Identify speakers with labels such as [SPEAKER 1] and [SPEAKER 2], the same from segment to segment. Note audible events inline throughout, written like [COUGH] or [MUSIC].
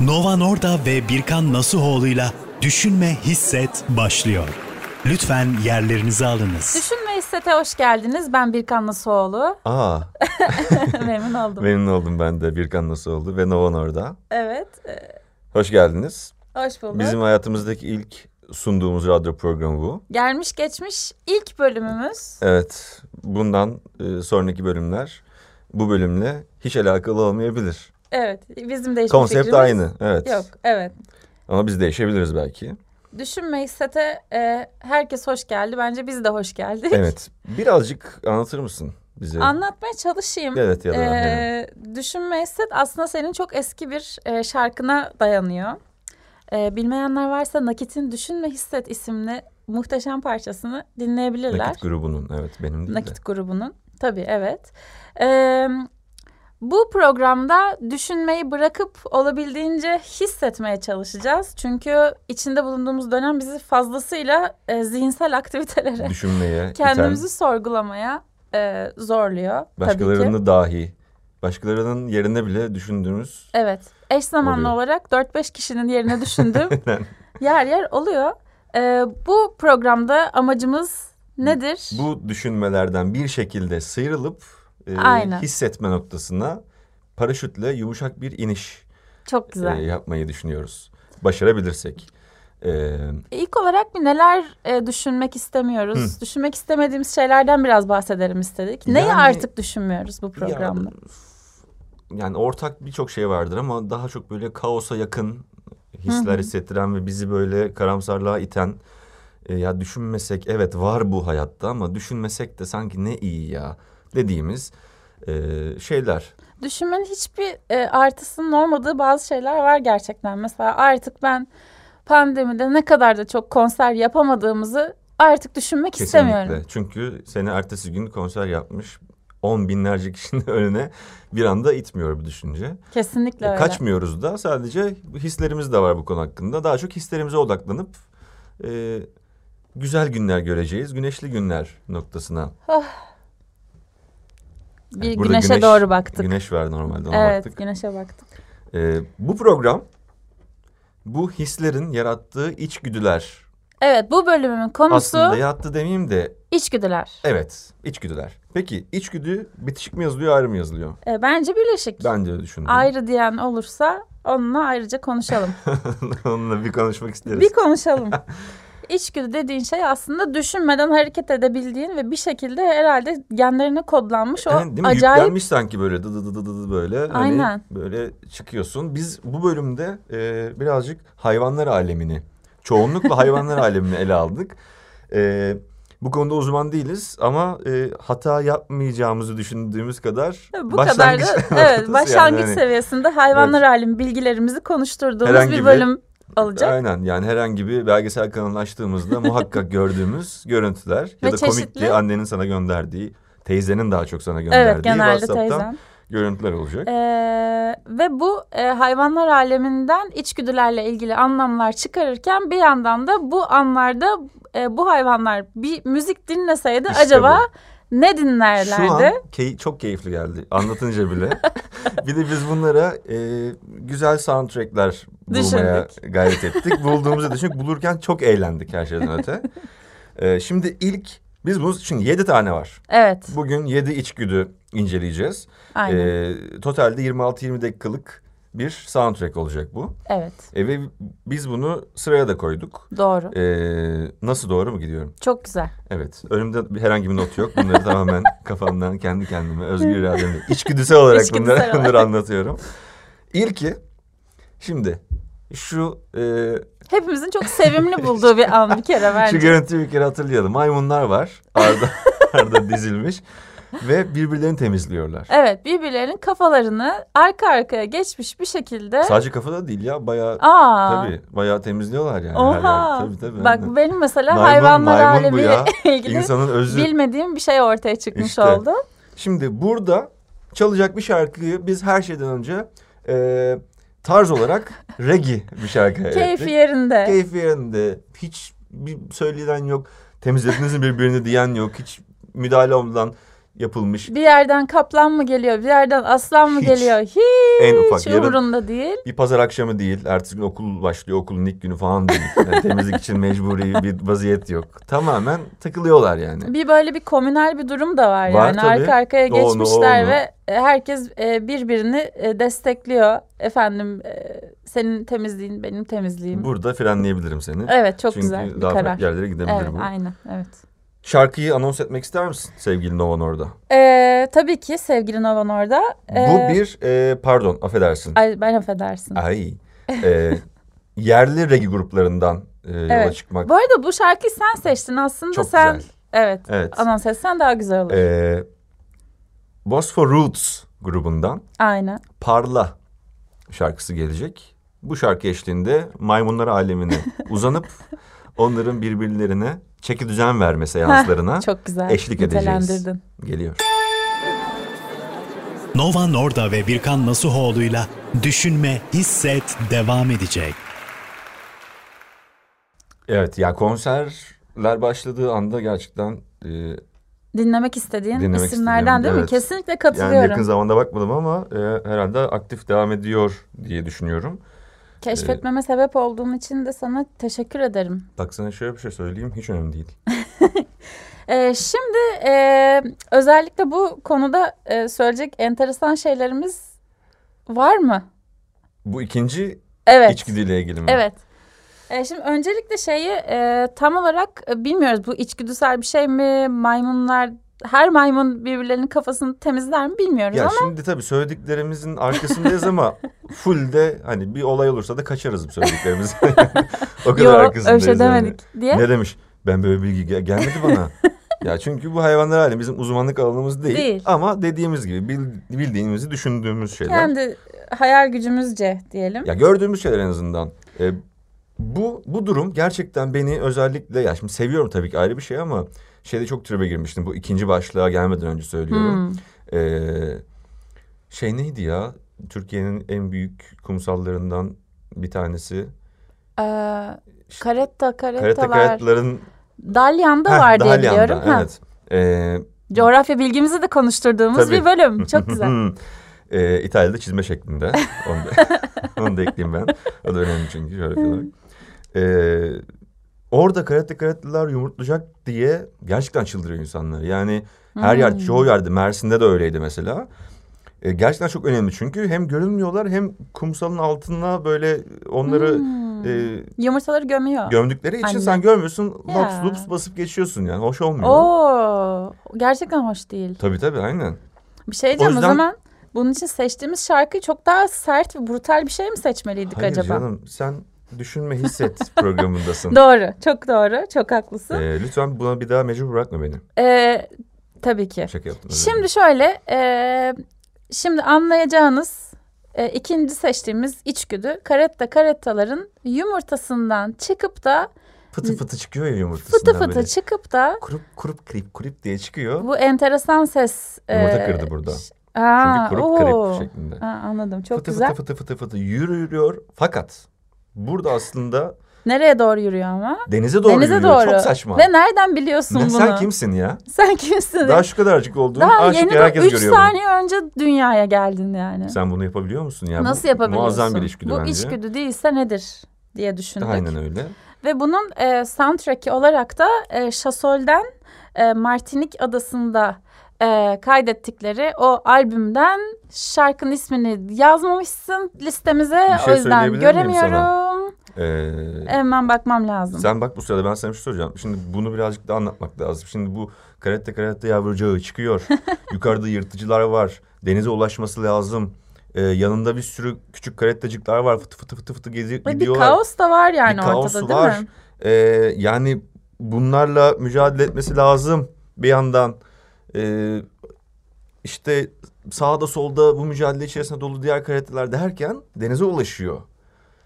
[SPEAKER 1] Nova Norda ve Birkan Nasuhoğlu'yla Düşünme Hisset başlıyor. Lütfen yerlerinizi alınız.
[SPEAKER 2] Düşünme Hisset'e hoş geldiniz. Ben Birkan
[SPEAKER 3] [LAUGHS]
[SPEAKER 2] Nasuoğlu.
[SPEAKER 3] Aa,
[SPEAKER 2] Memnun oldum.
[SPEAKER 3] memnun oldum ben de Birkan nasıl oldu ve Novan orada.
[SPEAKER 2] Evet. e,
[SPEAKER 3] Hoş geldiniz.
[SPEAKER 2] Hoş bulduk.
[SPEAKER 3] Bizim hayatımızdaki ilk sunduğumuz radyo programı bu.
[SPEAKER 2] Gelmiş geçmiş ilk bölümümüz.
[SPEAKER 3] Evet, bundan e, sonraki bölümler bu bölümle hiç alakalı olmayabilir.
[SPEAKER 2] Evet. Bizim de hiçbir
[SPEAKER 3] Konsept
[SPEAKER 2] fikrimiz
[SPEAKER 3] aynı, evet.
[SPEAKER 2] Yok. Evet.
[SPEAKER 3] Ama biz değişebiliriz belki.
[SPEAKER 2] Düşünme Hisset'e e, herkes hoş geldi. Bence biz de hoş geldik. [LAUGHS]
[SPEAKER 3] Evet, birazcık anlatır mısın bize?
[SPEAKER 2] Anlatmaya çalışayım.
[SPEAKER 3] Evet ya da evet.
[SPEAKER 2] Ee, düşünme Hisset aslında senin çok eski bir e, şarkına dayanıyor. Ee, bilmeyenler varsa Nakit'in Düşünme Hisset isimli muhteşem parçasını dinleyebilirler.
[SPEAKER 3] Nakit grubunun, evet benim değil de.
[SPEAKER 2] Nakit grubunun. Tabii evet. Ee, bu programda düşünmeyi bırakıp olabildiğince hissetmeye çalışacağız. Çünkü içinde bulunduğumuz dönem bizi fazlasıyla e, zihinsel aktivitelere,
[SPEAKER 3] Düşünmeye,
[SPEAKER 2] kendimizi
[SPEAKER 3] iten,
[SPEAKER 2] sorgulamaya e, zorluyor. Tabii ki.
[SPEAKER 3] başkalarını dahi, başkalarının yerine bile düşündüğümüz
[SPEAKER 2] Evet. Eş zamanlı
[SPEAKER 3] Oluyor.
[SPEAKER 2] olarak 4-5 kişinin yerine
[SPEAKER 3] [LAUGHS]
[SPEAKER 2] düşündüğüm yer yer oluyor. Ee, bu programda amacımız nedir?
[SPEAKER 3] bu düşünmelerden bir şekilde sıyrılıp e,
[SPEAKER 2] Aynen.
[SPEAKER 3] hissetme noktasına paraşütle yumuşak bir iniş
[SPEAKER 2] Çok
[SPEAKER 3] e,
[SPEAKER 2] güzel.
[SPEAKER 3] yapmayı düşünüyoruz. Başarabilirsek. E,
[SPEAKER 2] İlk olarak bir neler e, düşünmek istemiyoruz? Düşünmek istemediğimiz şeylerden biraz bahsedelim istedik. Neyi
[SPEAKER 3] Yani-
[SPEAKER 2] artık düşünmüyoruz bu programda?
[SPEAKER 3] ya- yani ortak birçok şey vardır ama daha çok böyle kaosa yakın hisler hissettiren ve bizi böyle karamsarlığa iten e, ya düşünmesek evet var bu hayatta ama düşünmesek de sanki ne iyi ya dediğimiz e, şeyler.
[SPEAKER 2] Düşünmenin hiçbir e, artısının olmadığı bazı şeyler var gerçekten. Mesela artık ben pandemide ne kadar da çok konser yapamadığımızı artık düşünmek istemiyorum.
[SPEAKER 3] Çünkü seni ertesi gün konser yapmış on binlerce kişinin [LAUGHS] önüne bir anda itmiyor bu düşünce.
[SPEAKER 2] Kesinlikle
[SPEAKER 3] E,
[SPEAKER 2] öyle.
[SPEAKER 3] Kaçmıyoruz da sadece hislerimiz de var bu konu hakkında. Daha çok hislerimize odaklanıp e, güzel günler göreceğiz. Güneşli günler noktasına.
[SPEAKER 2] bir
[SPEAKER 3] Burada
[SPEAKER 2] güneşe
[SPEAKER 3] güneş-
[SPEAKER 2] doğru baktık.
[SPEAKER 3] Güneş var normalde ona
[SPEAKER 2] evet,
[SPEAKER 3] baktık.
[SPEAKER 2] güneşe baktık.
[SPEAKER 3] E, bu program bu hislerin yarattığı içgüdüler.
[SPEAKER 2] Evet, bu bölümün konusu
[SPEAKER 3] Aslında yarattı demeyeyim de
[SPEAKER 2] içgüdüler.
[SPEAKER 3] evet içgüdüler. Peki içgüdü bitişik mi yazılıyor ayrı mı yazılıyor?
[SPEAKER 2] E, bence birleşik.
[SPEAKER 3] Ben de öyle düşündüm.
[SPEAKER 2] Ayrı diyen olursa onunla ayrıca konuşalım.
[SPEAKER 3] [LAUGHS] Onunla bir konuşmak isteriz.
[SPEAKER 2] bir
[SPEAKER 3] [LAUGHS]
[SPEAKER 2] konuşalım. İçgüdü dediğin şey aslında düşünmeden hareket edebildiğin ve bir şekilde herhalde genlerine kodlanmış o
[SPEAKER 3] Yani değil mi?
[SPEAKER 2] acayip
[SPEAKER 3] Yüklenmiş sanki böyle dı dı dı dı dı böyle. Hani
[SPEAKER 2] Aynen.
[SPEAKER 3] böyle çıkıyorsun. Biz bu bölümde e, birazcık hayvanlar alemini,
[SPEAKER 2] [LAUGHS]
[SPEAKER 3] çoğunlukla hayvanlar alemini ele aldık. E, bu konuda uzman değiliz ama e, hata yapmayacağımızı düşündüğümüz kadar
[SPEAKER 2] bu kadar da evet,
[SPEAKER 3] [LAUGHS] noktası
[SPEAKER 2] başlangıç
[SPEAKER 3] yani. hani.
[SPEAKER 2] seviyesinde hayvanlar alemi bilgilerimizi konuşturduğumuz
[SPEAKER 3] Herhangi
[SPEAKER 2] bir
[SPEAKER 3] bir-
[SPEAKER 2] bölüm olacak.
[SPEAKER 3] Aynen yani herhangi bir belgesel kanalını açtığımızda
[SPEAKER 2] [LAUGHS]
[SPEAKER 3] muhakkak gördüğümüz görüntüler
[SPEAKER 2] Ve
[SPEAKER 3] ya da
[SPEAKER 2] çeşitli-
[SPEAKER 3] komikli annenin sana gönderdiği, teyzenin daha çok sana gönderdiği
[SPEAKER 2] Evet genelde
[SPEAKER 3] WhatsApp'tan
[SPEAKER 2] teyzem.
[SPEAKER 3] görüntüler olacak.
[SPEAKER 2] Ee, ve bu e, hayvanlar aleminden içgüdülerle ilgili anlamlar çıkarırken bir yandan da bu anlarda e, bu hayvanlar bir müzik dinleseydi
[SPEAKER 3] İşte
[SPEAKER 2] acaba
[SPEAKER 3] bu.
[SPEAKER 2] ne dinlerlerdi?
[SPEAKER 3] Şu an key- çok keyifli geldi anlatınca bile. bir de biz bunlara e, güzel soundtrackler bulmaya gayret ettik. Bulduğumuzu düşündük. Bulurken çok eğlendik her şeyden öte. E, şimdi ilk biz bunu çünkü yedi tane var.
[SPEAKER 2] Evet,
[SPEAKER 3] Bugün yedi içgüdü inceleyeceğiz.
[SPEAKER 2] aynen.
[SPEAKER 3] E, totalde 26-20 dakikalık bir soundtrack olacak bu.
[SPEAKER 2] evet,
[SPEAKER 3] E, ve biz bunu sıraya da koyduk.
[SPEAKER 2] doğru.
[SPEAKER 3] E, nasıl doğru mu gidiyorum?
[SPEAKER 2] Çok güzel.
[SPEAKER 3] Evet. Önümde bir- herhangi bir not yok. Bunları tamamen kafamdan kendi kendime özgür irademle içgüdüsel olarak
[SPEAKER 2] İçgüdüsel
[SPEAKER 3] bunları,
[SPEAKER 2] olarak.
[SPEAKER 3] bunları anlatıyorum. İlki şimdi şu e,
[SPEAKER 2] Hepimizin
[SPEAKER 3] [LAUGHS]
[SPEAKER 2] çok sevimli bulduğu bir an bir kere
[SPEAKER 3] şu
[SPEAKER 2] bence.
[SPEAKER 3] görüntüyü bir kere hatırlayalım. Maymunlar var.
[SPEAKER 2] [LAUGHS]
[SPEAKER 3] Arda, arda dizilmiş ve birbirlerini temizliyorlar.
[SPEAKER 2] Evet, birbirlerinin kafalarını arka arkaya geçmiş bir şekilde.
[SPEAKER 3] Sadece kafada değil ya bayağı
[SPEAKER 2] Aa.
[SPEAKER 3] tabii bayağı temizliyorlar yani. her
[SPEAKER 2] Oha.
[SPEAKER 3] yer. Tabii tabii.
[SPEAKER 2] Bak
[SPEAKER 3] aynen.
[SPEAKER 2] benim mesela
[SPEAKER 3] Maymun-
[SPEAKER 2] hayvanlar
[SPEAKER 3] maymun bu
[SPEAKER 2] alemiyle
[SPEAKER 3] ya.
[SPEAKER 2] [LAUGHS] ilgili
[SPEAKER 3] İnsanın özü.
[SPEAKER 2] bilmediğim bir şey ortaya çıkmış
[SPEAKER 3] İşte.
[SPEAKER 2] oldu.
[SPEAKER 3] Şimdi burada çalacak bir şarkıyı biz her şeyden önce e, tarz olarak
[SPEAKER 2] [LAUGHS]
[SPEAKER 3] reggae bir şarkı
[SPEAKER 2] Keyfi
[SPEAKER 3] ettik.
[SPEAKER 2] yerinde.
[SPEAKER 3] Keyfi yerinde. Hiç bir söyleyen yok. Temizlediniz mi birbirini diyen yok. Hiç müdahale olmadan yapılmış.
[SPEAKER 2] Bir yerden kaplan mı geliyor, bir yerden aslan mı
[SPEAKER 3] Hiç.
[SPEAKER 2] geliyor? Hiç
[SPEAKER 3] en ufak yarın
[SPEAKER 2] umurunda değil.
[SPEAKER 3] bir pazar akşamı değil. Ertesi gün okul başlıyor. Okulun ilk günü falan değil.
[SPEAKER 2] [LAUGHS]
[SPEAKER 3] Yani temizlik için mecburi bir vaziyet yok. Tamamen takılıyorlar yani.
[SPEAKER 2] Bir böyle bir komünel bir durum da var,
[SPEAKER 3] Var
[SPEAKER 2] yani.
[SPEAKER 3] tabii.
[SPEAKER 2] Arka arkaya
[SPEAKER 3] O onu, o
[SPEAKER 2] geçmişler
[SPEAKER 3] onu.
[SPEAKER 2] ve e, herkes e, birbirini e, destekliyor. Efendim e, senin temizliğin, benim temizliğim.
[SPEAKER 3] Burada frenleyebilirim seni.
[SPEAKER 2] Evet çok
[SPEAKER 3] Çünkü
[SPEAKER 2] güzel bir
[SPEAKER 3] daha
[SPEAKER 2] karar.
[SPEAKER 3] farklı yerlere gidebilir
[SPEAKER 2] Evet
[SPEAKER 3] bu.
[SPEAKER 2] aynen evet.
[SPEAKER 3] Şarkıyı anons etmek ister misin sevgili Novan orada?
[SPEAKER 2] Ee, tabii ki sevgili Novan orada. Ee,
[SPEAKER 3] Bu bir Ah. e, pardon affedersin.
[SPEAKER 2] Ay ben affedersin.
[SPEAKER 3] Ay. E, yerli regi gruplarından e, yola
[SPEAKER 2] Evet.
[SPEAKER 3] çıkmak
[SPEAKER 2] Bu arada bu şarkıyı sen seçtin aslında
[SPEAKER 3] çok
[SPEAKER 2] sen.
[SPEAKER 3] güzel.
[SPEAKER 2] Evet.
[SPEAKER 3] Evet.
[SPEAKER 2] Anons etsen daha güzel olur.
[SPEAKER 3] E, Bosfor Roots grubundan
[SPEAKER 2] Aynen.
[SPEAKER 3] Parla şarkısı gelecek. Bu şarkı eşliğinde
[SPEAKER 2] [LAUGHS]
[SPEAKER 3] maymunlar alemine uzanıp onların birbirlerine çeki düzen verme seanslarına
[SPEAKER 2] Çok güzel.
[SPEAKER 3] eşlik edeceğiz.
[SPEAKER 2] nitelendirdin.
[SPEAKER 3] geliyor.
[SPEAKER 1] Nova Norda ve Birkan Nasuhoğlu'yla Düşünme, Hisset devam edecek.
[SPEAKER 3] Evet ya konserler başladığı anda gerçekten e,
[SPEAKER 2] Dinlemek istediğin
[SPEAKER 3] Dinlemek
[SPEAKER 2] isimlerden
[SPEAKER 3] istediğim,
[SPEAKER 2] değil mi?
[SPEAKER 3] evet.
[SPEAKER 2] Kesinlikle
[SPEAKER 3] yani
[SPEAKER 2] katılıyorum.
[SPEAKER 3] yakın zamanda bakmadım ama e, herhalde aktif devam ediyor diye düşünüyorum.
[SPEAKER 2] Keşfetmeme sebep olduğum için de sana teşekkür ederim.
[SPEAKER 3] Baksana şöyle bir şey söyleyeyim hiç önemli değil.
[SPEAKER 2] Ee, şimdi e, özellikle bu konuda e, söyleyecek enteresan şeylerimiz var mı?
[SPEAKER 3] Bu ikinci
[SPEAKER 2] Evet.
[SPEAKER 3] içgüdüyle ilgili mi?
[SPEAKER 2] Evet. E, şimdi öncelikle şeyi e, tam olarak e, bilmiyoruz bu içgüdüsel bir şey mi maymunlar her maymun birbirlerinin kafasını temizler mi bilmiyoruz
[SPEAKER 3] Ya
[SPEAKER 2] ama
[SPEAKER 3] şimdi tabii söylediklerimizin
[SPEAKER 2] [LAUGHS]
[SPEAKER 3] arkasındayız ama full de hani bir olay olursa da kaçarız bu söylediklerimiz.
[SPEAKER 2] [LAUGHS]
[SPEAKER 3] o kadar
[SPEAKER 2] yok öyle
[SPEAKER 3] arkasındayız.
[SPEAKER 2] şey
[SPEAKER 3] yani.
[SPEAKER 2] demedik diye
[SPEAKER 3] Ne demiş? Ben böyle bilgi gel- gelmedi
[SPEAKER 2] [LAUGHS]
[SPEAKER 3] bana. ya çünkü bu hayvanlar hali bizim uzmanlık alanımız değil.
[SPEAKER 2] Değil.
[SPEAKER 3] Ama dediğimiz gibi bil- bildiğimizi düşündüğümüz şeyler.
[SPEAKER 2] kendi hayal gücümüzce diyelim.
[SPEAKER 3] Ya gördüğümüz şeyler en azından. Ee, bu bu durum gerçekten beni özellikle ya şimdi seviyorum tabii ki ayrı bir şey ama şeyde çok tribe girmiştim. Bu ikinci başlığa gelmeden önce söylüyorum.
[SPEAKER 2] Hmm.
[SPEAKER 3] Ee, şey neydi ya? Türkiye'nin en büyük kumsallarından bir tanesi.
[SPEAKER 2] Ee, karetta
[SPEAKER 3] Karate
[SPEAKER 2] karettalar.
[SPEAKER 3] karatların...
[SPEAKER 2] Dalyan'da
[SPEAKER 3] Heh,
[SPEAKER 2] var diye
[SPEAKER 3] Dalyan'da,
[SPEAKER 2] biliyorum. Ha,
[SPEAKER 3] Evet. Ee,
[SPEAKER 2] Coğrafya bilgimizi de konuşturduğumuz
[SPEAKER 3] Tabii.
[SPEAKER 2] bir
[SPEAKER 3] [LAUGHS]
[SPEAKER 2] bölüm. Çok güzel.
[SPEAKER 3] Ee, İtalya'da çizme şeklinde. Onu
[SPEAKER 2] [LAUGHS]
[SPEAKER 3] da, onu da ekleyeyim ben. O da önemli çünkü şöyle
[SPEAKER 2] Hmm.
[SPEAKER 3] olarak. Ee, orada karate karateliler yumurtlayacak diye gerçekten çıldırıyor insanlar. Yani her
[SPEAKER 2] Hmm.
[SPEAKER 3] yer, çoğu yerde Mersin'de de öyleydi mesela. Ee, gerçekten çok önemli çünkü hem görünmüyorlar hem kumsalın altına böyle onları
[SPEAKER 2] Hmm.
[SPEAKER 3] e,
[SPEAKER 2] Yumurtaları gömüyor.
[SPEAKER 3] gömdükleri için
[SPEAKER 2] Anne.
[SPEAKER 3] sen görmüyorsun.
[SPEAKER 2] Ya.
[SPEAKER 3] Laps lups basıp geçiyorsun yani. Hoş olmuyor.
[SPEAKER 2] Oo, gerçekten hoş değil.
[SPEAKER 3] Tabii tabii aynen.
[SPEAKER 2] Bir şey diyeceğim o,
[SPEAKER 3] yüzden-
[SPEAKER 2] zaman. Bunun için seçtiğimiz şarkıyı çok daha sert ve brutal bir şey mi seçmeliydik
[SPEAKER 3] Hayır
[SPEAKER 2] acaba?
[SPEAKER 3] canım sen düşünme
[SPEAKER 2] [LAUGHS]
[SPEAKER 3] hisset programındasın.
[SPEAKER 2] Doğru, çok doğru, çok haklısın.
[SPEAKER 3] Ee, lütfen buna bir daha mecbur bırakma beni.
[SPEAKER 2] Ee, tabii ki.
[SPEAKER 3] Şaka yaptım. özür dilerim.
[SPEAKER 2] Şimdi şöyle, e, şimdi anlayacağınız e, ikinci seçtiğimiz içgüdü karetta karettaların yumurtasından çıkıp da
[SPEAKER 3] fıtı fıtı çıkıyor ya yumurtasından
[SPEAKER 2] fıtı fıtı
[SPEAKER 3] böyle.
[SPEAKER 2] çıkıp da
[SPEAKER 3] Kurup kurup krip kurup diye çıkıyor.
[SPEAKER 2] bu enteresan ses.
[SPEAKER 3] Yumurta kırdı burada.
[SPEAKER 2] ş- Aa,
[SPEAKER 3] Çünkü kurup şey
[SPEAKER 2] oo.
[SPEAKER 3] krip şeklinde.
[SPEAKER 2] Aa, anladım çok
[SPEAKER 3] fıtı
[SPEAKER 2] güzel.
[SPEAKER 3] fıtı fıtı fıtı fıtı yürüyor. Fakat burada aslında
[SPEAKER 2] Nereye doğru yürüyor ama?
[SPEAKER 3] denize doğru
[SPEAKER 2] Denize
[SPEAKER 3] yürüyor.
[SPEAKER 2] doğru.
[SPEAKER 3] Çok saçma.
[SPEAKER 2] Ve nereden biliyorsun
[SPEAKER 3] Ne-
[SPEAKER 2] bunu?
[SPEAKER 3] sen kimsin ya?
[SPEAKER 2] [LAUGHS] Sen kimsin?
[SPEAKER 3] Daha şu kadarcık olduğunu
[SPEAKER 2] Daha
[SPEAKER 3] aşık
[SPEAKER 2] yeni
[SPEAKER 3] ya, herkes
[SPEAKER 2] 3
[SPEAKER 3] görüyor bunu.
[SPEAKER 2] saniye önce dünyaya geldin yani.
[SPEAKER 3] Sen bunu yapabiliyor musun ya? Bu
[SPEAKER 2] Nasıl yapabiliyorsun?
[SPEAKER 3] Muazzam bir içgüdü
[SPEAKER 2] Bu
[SPEAKER 3] bence.
[SPEAKER 2] içgüdü değilse nedir diye düşündük.
[SPEAKER 3] Aynen öyle.
[SPEAKER 2] Ve bunun e, soundtrack'i olarak da e, Şasol'den e, Martinik adasında e, kaydettikleri o albümden şarkının ismini yazmamışsın listemize.
[SPEAKER 3] Bir şey
[SPEAKER 2] o yüzden
[SPEAKER 3] söyleyebilir miyim sana?
[SPEAKER 2] göremiyorum.
[SPEAKER 3] Ee,
[SPEAKER 2] Hemen bakmam lazım.
[SPEAKER 3] Sen bak bu sırada ben sana bir şey soracağım. Şimdi bunu birazcık da anlatmak lazım. Şimdi bu karate karate
[SPEAKER 2] [LAUGHS]
[SPEAKER 3] yavrucağı çıkıyor. Yukarıda yırtıcılar var. Denize ulaşması lazım. Ee, yanında bir sürü küçük karatecikler var. Fıtı fıtı fıtı fıtı gezi,
[SPEAKER 2] Ve bir
[SPEAKER 3] gidiyorlar.
[SPEAKER 2] kaos da var yani
[SPEAKER 3] Bir kaosu
[SPEAKER 2] ortada değil
[SPEAKER 3] var.
[SPEAKER 2] mi?
[SPEAKER 3] Ee, yani bunlarla mücadele etmesi lazım bir yandan. Ee, işte sağda solda bu mücadele içerisinde dolu diğer karateler derken denize ulaşıyor.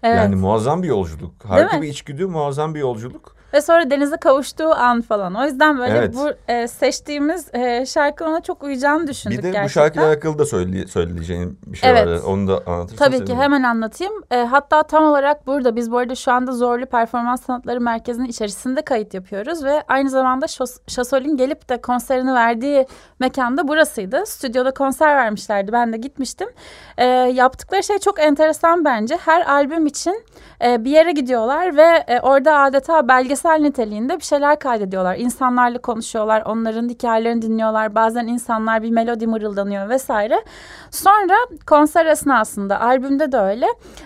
[SPEAKER 2] Evet.
[SPEAKER 3] Yani muazzam bir yolculuk. Harika
[SPEAKER 2] mi?
[SPEAKER 3] bir içgüdü, muazzam bir yolculuk.
[SPEAKER 2] Ve sonra denize kavuştuğu an falan. O yüzden böyle
[SPEAKER 3] Evet.
[SPEAKER 2] bu e, seçtiğimiz e, şarkı ona çok uyacağını düşündük
[SPEAKER 3] Bir de
[SPEAKER 2] gerçekten.
[SPEAKER 3] bu şarkıyla alakalı da söyle, söyleyeceğim bir şey
[SPEAKER 2] Evet.
[SPEAKER 3] var. Onu da anlatırsan
[SPEAKER 2] Tabii ki
[SPEAKER 3] sevinirim.
[SPEAKER 2] hemen anlatayım. E, hatta tam olarak burada biz bu arada şu anda Zorlu Performans Sanatları Merkezi'nin içerisinde kayıt yapıyoruz ve aynı zamanda Şos- Şasol'ün gelip de konserini verdiği mekanda burasıydı. Stüdyoda konser vermişlerdi. Ben de gitmiştim. E, yaptıkları şey çok enteresan bence. Her albüm için e, bir yere gidiyorlar ve e, orada adeta belgesel niteliğinde bir şeyler kaydediyorlar. İnsanlarla konuşuyorlar, onların hikayelerini dinliyorlar. Bazen insanlar bir melodi mırıldanıyor vesaire. Sonra konser esnasında albümde de öyle.